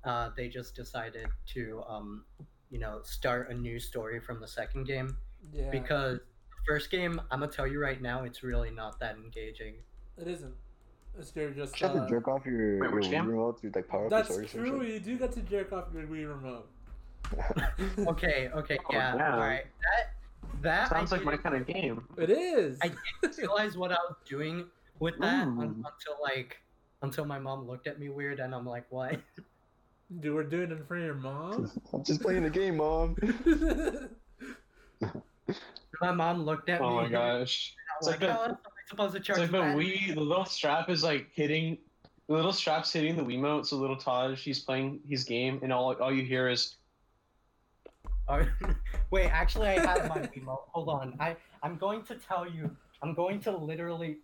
uh, they just decided to, um, you know, start a new story from the second game
Yeah,
because the first game, I'm gonna tell you right now, it's really not that engaging.
it isn't. It's you're just.
You have
uh,
to jerk off your,
wait,
your
which
Wii
game?
remote to like power up
that's
the source or
true.
shit.
You do get to jerk off your Wii remote.
Okay, okay,
Oh,
yeah,
wow.
all right. That that I
Sounds like my
didn't
kind of game.
It is.
I didn't realize what I was doing with that un-
Ooh.
until like until my mom looked at me weird, and I'm like, what?
Dude, we're doing it in front of your mom.
I'm just playing the game, mom.
My mom looked at me.
Oh my
and I
gosh.
was
It's like "Oh, the-
like, how else am I supposed to charge
It's like the
that?"
Wii, the little strap is like hitting, the little strap's hitting the Wiimote. So little Taj, he's playing his game, and all all you hear is
Oh, Wait, actually, I have my Wiimote. Hold on. I, I'm going to tell you. I'm going to literally.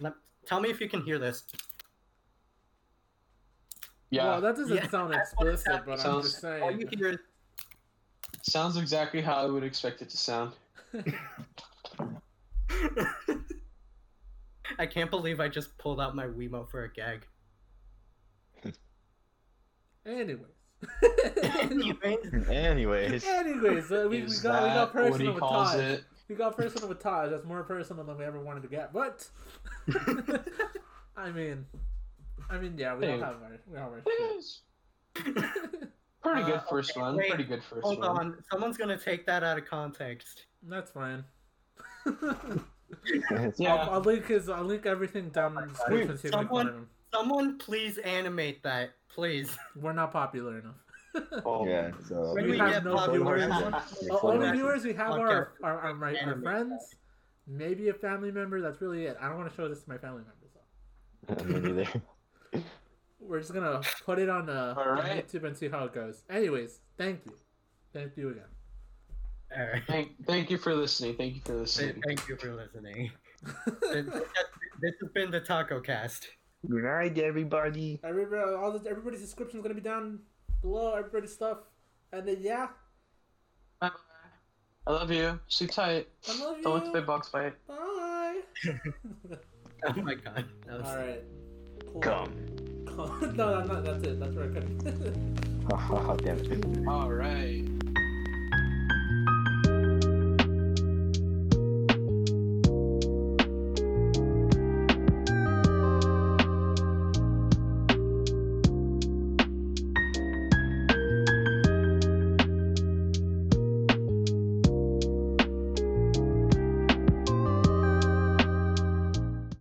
Let, tell me if you can hear this.
yeah.
Well, that doesn't
Yeah,
sound
that's what
explicit, but I'm
sounds-
just
All you
saying.
hear is.
sounds exactly how I would expect it to sound.
I can't believe I just pulled out my Wiimote for a gag.
Anyways.
Anyways,
Anyways,
Anyways, uh, we, we
Is
got we got
that what he
personal with
calls
Taj.
it?
We got personal with Taj. That's more personal than we ever wanted to get. But I mean, I mean, yeah, we
Hey.
don't have our we don't have our
It
shit.
is. Pretty
Uh,
good first one.
wait,
Pretty good first
hold
one.
on. Someone's going to take that out of context.
That's fine.
Yeah.
I'll, I'll link his. I'll link everything down in the description.
Wait,
so you can
someone-
find him.
Someone please animate that, please.
We're not popular enough.
Oh,
yeah. So
When
we
we
have
get
no
popular
viewers.
enough,
The only
Podcast.
viewers we have are
Podcast.
our, our, my, our
Anime.
friends, maybe a family member. That's really it. I don't want to show this to my family members. Though.
Me neither.
We're just gonna put it on uh,
All
on
right.
YouTube and see how it goes. Anyways, thank you, thank you again.
All right.
Thank, thank you for listening. Thank you for listening.
Thank you for listening. this this has been the Taco Cast.
Good night, everybody.
Everybody, all the, everybody's description is gonna be down below. Everybody's stuff, and then yeah,
Bye. I love you. Sleep tight.
I love you.
Don't let the big box bite.
Bye.
Oh my god. That was
all right. Cool. no, no, no, that's it. That's where I cut it.
Damn it.
All right.